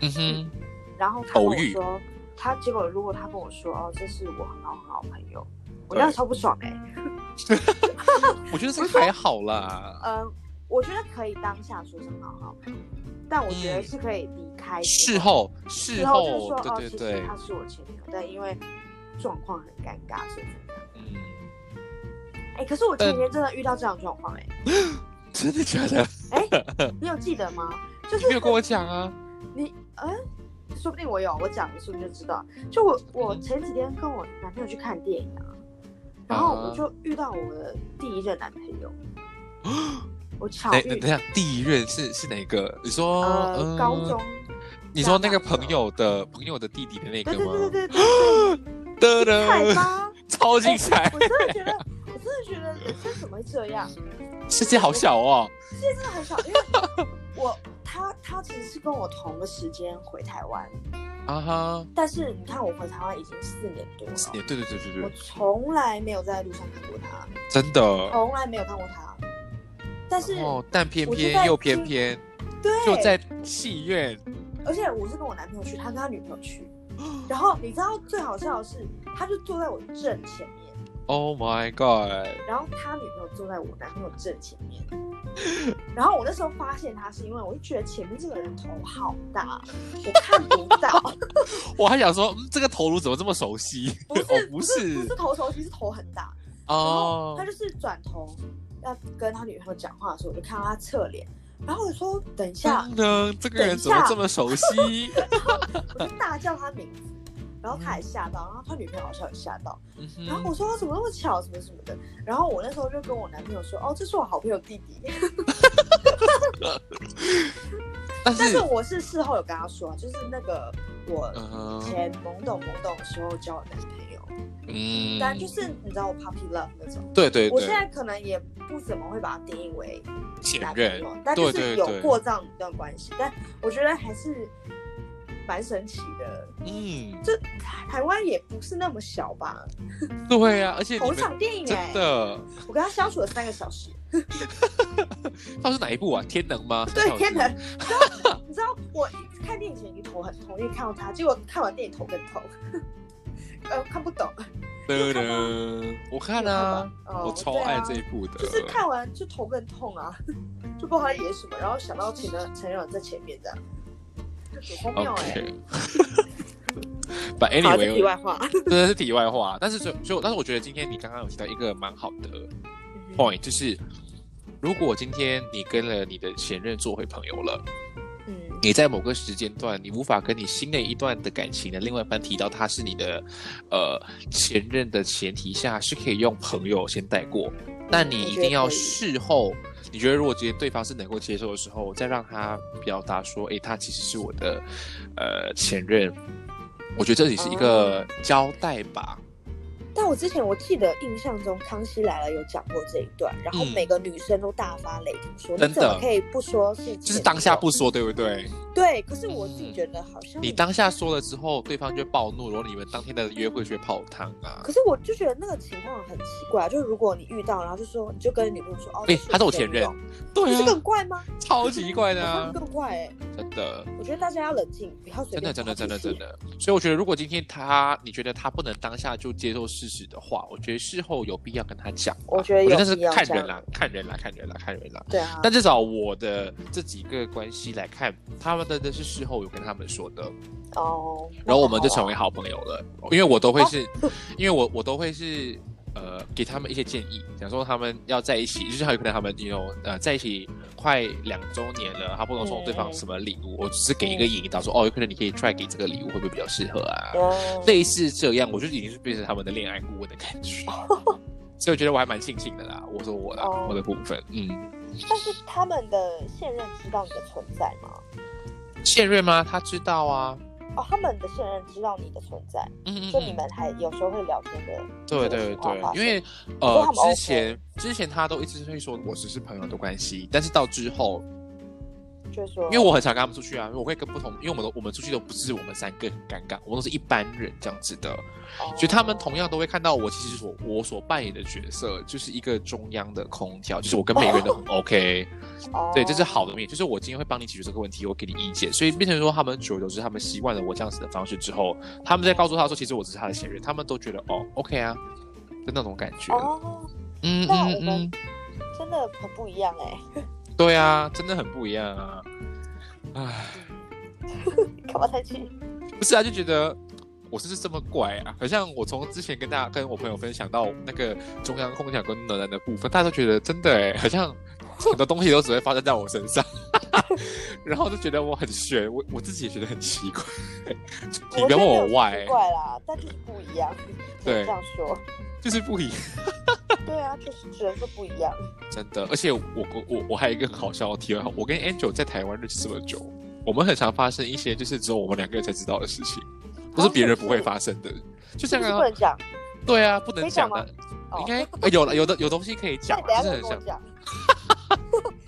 A: 嗯哼，
B: 然后他跟
A: 偶
B: 我
A: 遇
B: 说，他结果如果他跟我说哦，这是我很好很好的朋友，我
A: 对
B: 那超不爽哎、欸，
A: 我觉得这个还好啦。
B: 呃，我觉得可以当下说声好好，但我觉得是可以离开之
A: 嗯事后事
B: 哦事后就是说
A: 后，对
B: 哦，其
A: 对
B: 实
A: 对，
B: 他是我前女友，但因为状况很尴尬，所以分开。
A: 嗯，
B: 哎、可是我前几天真的遇到这样的状况、哎、
A: 真的假的？
B: 你有记得吗？就是
A: 你没有跟我讲啊？
B: 你，嗯、说不定我有，我讲一次你就知道。就我我
A: 嗯
B: 前几天跟我男朋友去看电影啊，然后我就遇到我的第一任男朋友，我巧
A: 哪
B: 遇
A: 等一下，第一任是是哪个？你说
B: 呃
A: 嗯
B: 高中，
A: 你说那个朋友的朋友的弟弟的那个
B: 对
A: 吗？
B: 对啊对对对对，哎
A: 得
B: 菜
A: 了，
B: 吧。
A: 超精 彩！
B: 我真的觉得，我真的觉得人生怎么会这样？
A: 世界好小哦。
B: 世界真的很小，因为我 他他其实是跟我同个时间回台湾，
A: 啊哈，
B: 但是你看我回台湾已经四年多
A: 四
B: 了，
A: 年，对对对对
B: 我
A: 对，
B: 从来没有在路上看过他，
A: 真的。
B: 从来没有看过他。哦但是、
A: 哦，但偏
B: 我就
A: 偏
B: 在
A: 又偏
B: 听
A: 偏，
B: 对，
A: 就在戏院。
B: 而且我是跟我男朋友去，他跟他女朋友 去，然后你知道最好笑的是，他就坐在我正前面，
A: Oh my god！
B: 然后他女朋友坐在我男朋友正前 面。然后我那时候发现他是因为我就觉得前面这个人头好大，我看不到，
A: 我还想说，嗯，这个头颅怎么这么熟悉？
B: 不是、
A: 哦，不
B: 是不
A: 是
B: 头熟，其实头很大。然后
A: 哦
B: 他，就是转头要跟他女朋友讲话的时候，我就看到他侧脸，然后我说等一下，
A: 真的，这个人怎么这么熟 悉？
B: 我就大叫他名字，然后他也吓到，然后他女朋友好像也吓到，
A: 嗯哼
B: 然后我说他怎么那么巧，什么什么的，然后我那时候就跟我男朋友说，哦，这是我好朋友弟弟，
A: 但是
B: 但是，我是事后有跟他说，啊就是那个我
A: 嗯
B: 以
A: 哼
B: 前懵懂懵懂的时候交的男朋友，
A: 嗯，
B: 但就是你知道我 puppy love 那种。
A: 对对
B: 我现
A: 对，
B: 在可能也不怎么会把它定义为
A: 前
B: 男朋
A: 任
B: 友，但就
A: 对
B: 是
A: 对
B: 有
A: 对，
B: 过这样一段关系，但我觉得还是蛮神奇的。
A: 嗯，
B: 这台湾也不是那么小吧？
A: 对啊，而且你
B: 同
A: 们
B: 一场电影哎、
A: 真的，
B: 我跟他相处了三个小时。
A: 他是哪一部啊？天能吗？
B: 对，天
A: 哪
B: 哪！！你知道，你知道我一看电影前已经头很痛，因为看到他，结果看完电影头更痛。 呃，看不懂。
A: 噔噔，我看啊，
B: 哦
A: 我超爱这
B: 对
A: 一
B: 啊
A: 部的，
B: 就是看完就头更痛啊， 就不知道他演什么，然后想到前任前任在前面这样，很荒谬哎、
A: OK。But
B: 好，这题
A: anyway，
B: 外 话。
A: 真的是题外话。但是所以所以我，但是我觉得今天你刚刚有提到一个蛮好的 point，就是如果今天你跟了你的前任做回朋友了，
B: 嗯，
A: 你在某个时间段，你无法跟你新的一段的感情的另外一半提到他是你的呃前任的前提下，是可以用朋友先带过，但你一定要
B: 我觉得可以
A: 事后，你觉得如果觉得对方是能够接受的时候，再让他表达说，诶，他其实是我的呃前任，我觉得这也是一
B: 哦
A: 个交代吧。
B: 但我之前我记得印象中《康熙来了》有讲过这一段，然后
A: 嗯
B: 每个女生都大发雷霆说：“
A: 真的
B: 你怎么可以不说是？”
A: 就是当下不说，对不对？
B: 对。可是我自己觉得好像
A: 你，当下说了之后，对方就会暴怒，然后你们当天的约会就会泡汤啊。
B: 可是我就觉得那个情况很奇怪，就是如果你遇到，然后就说你就跟女朋友说：“哦，
A: 诶
B: 这
A: 哎他是我前
B: 女
A: 任
B: 友，不
A: 对
B: 是更
A: 啊，
B: 怪吗？
A: 超级怪的
B: 我
A: 啊
B: 觉得， 更怪哎！
A: 真的。
B: 我觉得大家要冷静，不要随
A: 真的，
B: 便
A: 真的，
B: 发脾
A: 真的，
B: 气
A: 真。的。所以我觉得，如果今天他你觉得他不能当下就接受事实的话，我觉得事后有必要跟他讲吧。
B: 我觉得有
A: 那是
B: 必要
A: 看
B: 这
A: 人
B: 样
A: 啦，看人啦，看人啦，看人啦。
B: 对啊，
A: 但至少我的这几个关系来看，他们真的是事后有跟他们说的，
B: 哦，
A: 然后我们就成
B: 为
A: 为好朋友了。
B: 哦
A: 因为我都会是，因为我我都会是呃给他们一些建议，想说他们要在一起，就是还有可能他们有呃在一起快两周年了，他不能送对
B: 嗯
A: 方什么礼物，我只是给一个引导说，哦，有可能你可以 try 给这个礼物会不会比较适合啊？
B: 哦
A: 类似这样，我就已经是变成他们的恋爱顾问的感觉。 所以我觉得我还蛮庆幸的啦，我说我啦，
B: 哦
A: 我的部分，嗯，
B: 但是他们的现任知道你的存在吗？
A: 现任吗？他知道啊，
B: 哦，他们的现任知道你的存在。
A: 嗯嗯，嗯
B: 就你们还有时候会聊天的，
A: 对对对，因为
B: 说
A: 呃
B: 他们
A: 之
B: OK
A: 前之前他都一直会说我只是朋友的关系，但是到之后，
B: 就是说，
A: 因为我很常跟他们出去啊，因为我会跟不同，因为我们都我们出去都不是我们三个很尴尬，我们都是一般人这样子的，
B: 哦
A: 所以他们同样都会看到我其实所我所扮演的角色就是一个中央的空调，就是我跟每个人都很 OK，
B: 哦
A: 对，这是好的面，就是我今天会帮你解决这个问题，我给你意见，所以变成说他们久而久之，他们习惯了我这样子的方式之后，他们在告诉他说，其实我只是他的前任，他们都觉得哦，OK 啊，就那种感觉。
B: 哦，
A: 嗯
B: 那我
A: 嗯
B: 们
A: 嗯，
B: 真的很不一样哎、
A: 对啊，真的很不一样啊。唉，
B: 干嘛再去？
A: 不是啊，就觉得我是不是这么怪啊？好像我从之前跟大家跟我朋友分享到那个中央空调跟暖男的部分，大家都觉得真的哎、好像很多东西都只会发生在我身上， 然后就觉得我很悬，我我自己也觉得很奇怪。 你不要问我
B: 我觉得没
A: why，
B: 有奇怪啦，但就是不一样。
A: 对
B: 这样说，
A: 就是不一样。
B: 对啊，就是只能说不一样。
A: 真的，而且我我我我还有一个很好笑的题外话，我跟 Angel 在台湾认识这么久，我们很常发生一些就是只有我们两个人才知道的事情，不是别人不会发生的。就像
B: 这个
A: 刚
B: 不
A: 刚
B: 能讲，
A: 对啊，不能讲
B: 可
A: 的
B: 以，哦
A: 啊应该、呃 有了有的有东西可以
B: 那
A: 讲啊
B: 你，等一
A: 就是
B: 下再
A: 很
B: 跟我
A: 像
B: 讲，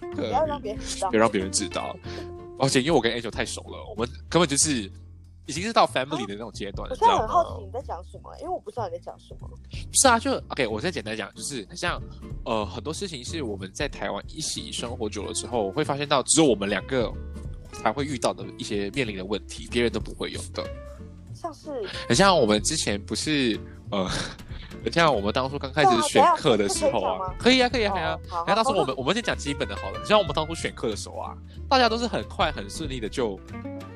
A: 可
B: 不
A: 以
B: 要让别人知道
A: 别。让别人知道。而且因为我跟 Angel 太熟了，我们根本就是已经是到 family 的那种阶段了，
B: 哦我
A: 你知
B: 现在
A: 道吗
B: 很好？奇你在讲什么，因为我不知道你在讲什么。
A: 是啊，就 OK，我再简单讲，就是很像呃，很多事情是我们在台湾一起生活久了之后，会发现到只有我们两个才会遇到的一些面临的问题，别人都不会有的。
B: 像是
A: 很像我们之前不是呃，很像我们当初刚开
B: 对
A: 始选
B: 啊等一下
A: 课的
B: 这
A: 时
B: 可以
A: 候
B: 讲
A: 啊
B: 吗，
A: 可以啊，可以啊，可以啊
B: 哦。好，
A: 那
B: 好
A: 到时候我们我们先讲基本的好了，像我们当初选课的时候啊，大家都是很快很顺利的就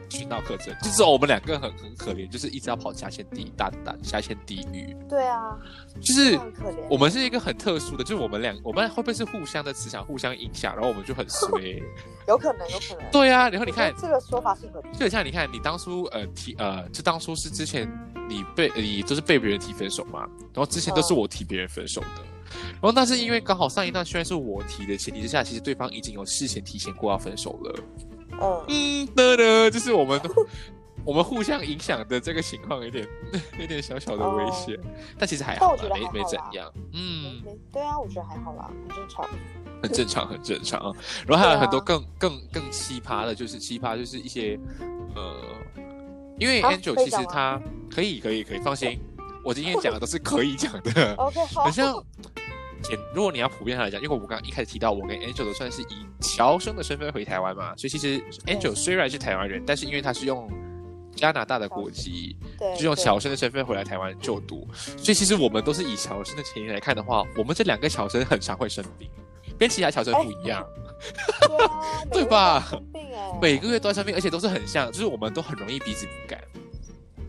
A: 选到课程，就只有我们两个很很可怜，就是一直要跑下线地大大下线地狱，
B: 对啊，
A: 就是
B: 这很可怜。
A: 我们是一个很特殊的，就是我们两我们会不会是互相的磁场互相影响，然后我们就很衰？
B: 有可能，有可能。
A: 对啊，然后你
B: 我觉得
A: 看，
B: 这个说法是合理的。
A: 就很像你看你当初呃提呃，就当初是之前你被你就是被别人提分手嘛，然后之前都是我提别人分手的。然后，但是因为刚好上一段虽然是我提的前提之下，其实对方已经有事前提前过要分手了。
B: 嗯，
A: 嗯，的的，就是我们 我们互相影响的这个情况有点 有点小小的危险，但其实还
B: 哦但
A: 好
B: 我
A: 啦
B: 觉得，还
A: 没
B: 好
A: 没怎
B: 啦
A: 样。嗯，
B: 没对啊，我觉得还好啦，很 正常。
A: 很正 常，很正常。然后还有很多
B: 对啊
A: 更、更更奇葩的，就是奇葩，就是一些呃，因为
B: 啊
A: Angel
B: 可以
A: 其
B: 讲
A: 实
B: 吗，
A: 他可以可以可以放心，我今天讲的都是可以讲的
B: OK，好
A: 很。像。简，如果你要普遍来讲，因为我们刚刚一开始提到，我跟 Angel 都算是以侨生的身份回台湾嘛，所以其实 Angel 虽然是台湾人，但是因为他是用加拿大的国籍，
B: 对，
A: 就用
B: 对
A: 侨生的身份回来台湾就读，所以其实我们都是以侨生的前提来看的话，我们这两个侨生很常会生病，跟其他侨生不一样，
B: 对啊
A: 哎 对吧？
B: 每个人都生病哎，
A: 每个月都在生病，而且都是很像，就是我们都很容易彼此敏感。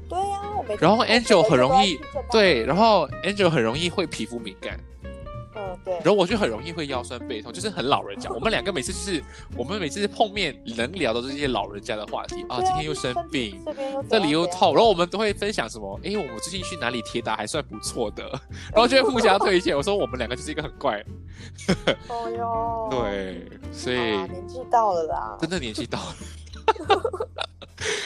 B: 对啊，我每个
A: 然后
B: 我每个
A: Angel 很容易
B: 月都要去
A: 对，然后 Angel 很容易会皮肤敏感，
B: 诊断，嗯，对
A: 然，后我就很容易会腰酸背痛，就是很老人家。我们两个每次就是我们每次碰面能聊的这些老人家的话题啊，
B: 对
A: 今天又
B: 就是
A: 生病啊
B: 体。这边又
A: 这里又
B: 怎样
A: 痛，然后我们都会分享什么？诶，我们最近去哪里铁打还算不错的，然后就会互相推荐。我说我们两个就是一个很怪，
B: 怎样，哦哟，
A: 对，所以
B: 啊年纪到了啦，
A: 真的年纪到了。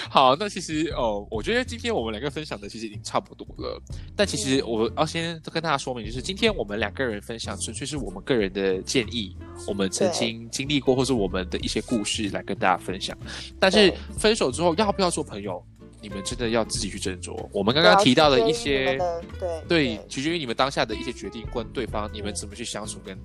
A: 好，那其实哦，我觉得今天我们两个分享的其实已经差不多了。但其实我要先跟大家说明，就是今天我们两个人分享，纯粹是我们个人的建议，我们曾经经历过或是我们的一些故事来跟大家分享。但是
B: 对
A: 分手之后要不要做朋友，你们真的要自己去斟酌。我们刚
B: 刚
A: 刚提到的一些，
B: 对
A: 对，取决于你们当下的一些决定跟对方你们怎么去相处跟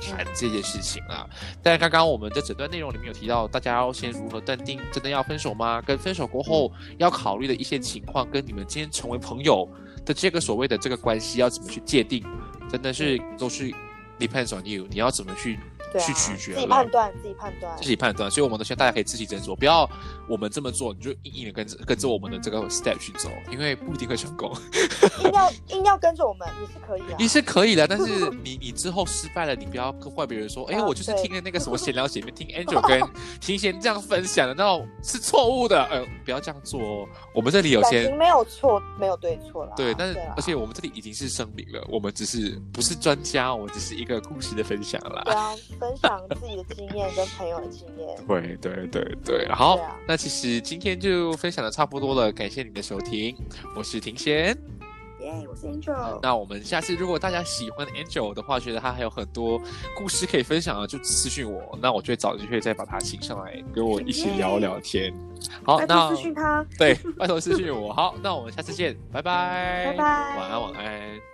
A: 谈
B: 嗯
A: 这件事情啦。但刚刚我们的整段内容里面有提到，大家要先如何断定真的要分手吗？跟分手过后要考虑的一些情况，跟你们今天成为朋友的这个所谓的这个关系要怎么去界定，真的是都是 depends on you，你要怎么去
B: 对啊
A: 去取决
B: 自
A: 了
B: 己判断，自己判断
A: 自，己判断，所以我们都希望大家可以自己斟酌，不要我们这么做你就硬硬的跟着跟着我们的这个 step 去走，因为不一定会成功。
B: 硬要硬要跟着我们也是可以啊
A: 你，是可以的，但是你 你之后失败了，你不要怪别人说，哎、
B: 啊
A: 我就是
B: 对
A: 听了那个什么闲聊姐妹听 Angel 跟婷贤这样分享的，那是错误的，呃，不要这样做哦。我们这里有
B: 感
A: 些
B: 情没有错，没有啊对错啦，
A: 对，但是
B: 啦
A: 而且我们这里已经是声明了，我们只是不是专家，我们只是一个故事的分享啦。
B: 对啊，分享自己的经验跟朋友的经验，
A: 对对对对，好，
B: 对啊
A: 那其实今天就分享的差不多了，感谢你的收听，我是婷贤。
B: 耶， 我是 Angel，
A: 那我们下次如果大家喜欢 Angel 的话，觉得他还有很多故事可以分享啊，就私信我，那我就会找机会再把他请上来，跟我一起聊聊天。好，
B: 拜
A: 那
B: 托私讯他，
A: 对，拜托私信我。好，那我们下次见，拜拜，
B: 拜拜
A: 哎晚安，晚安。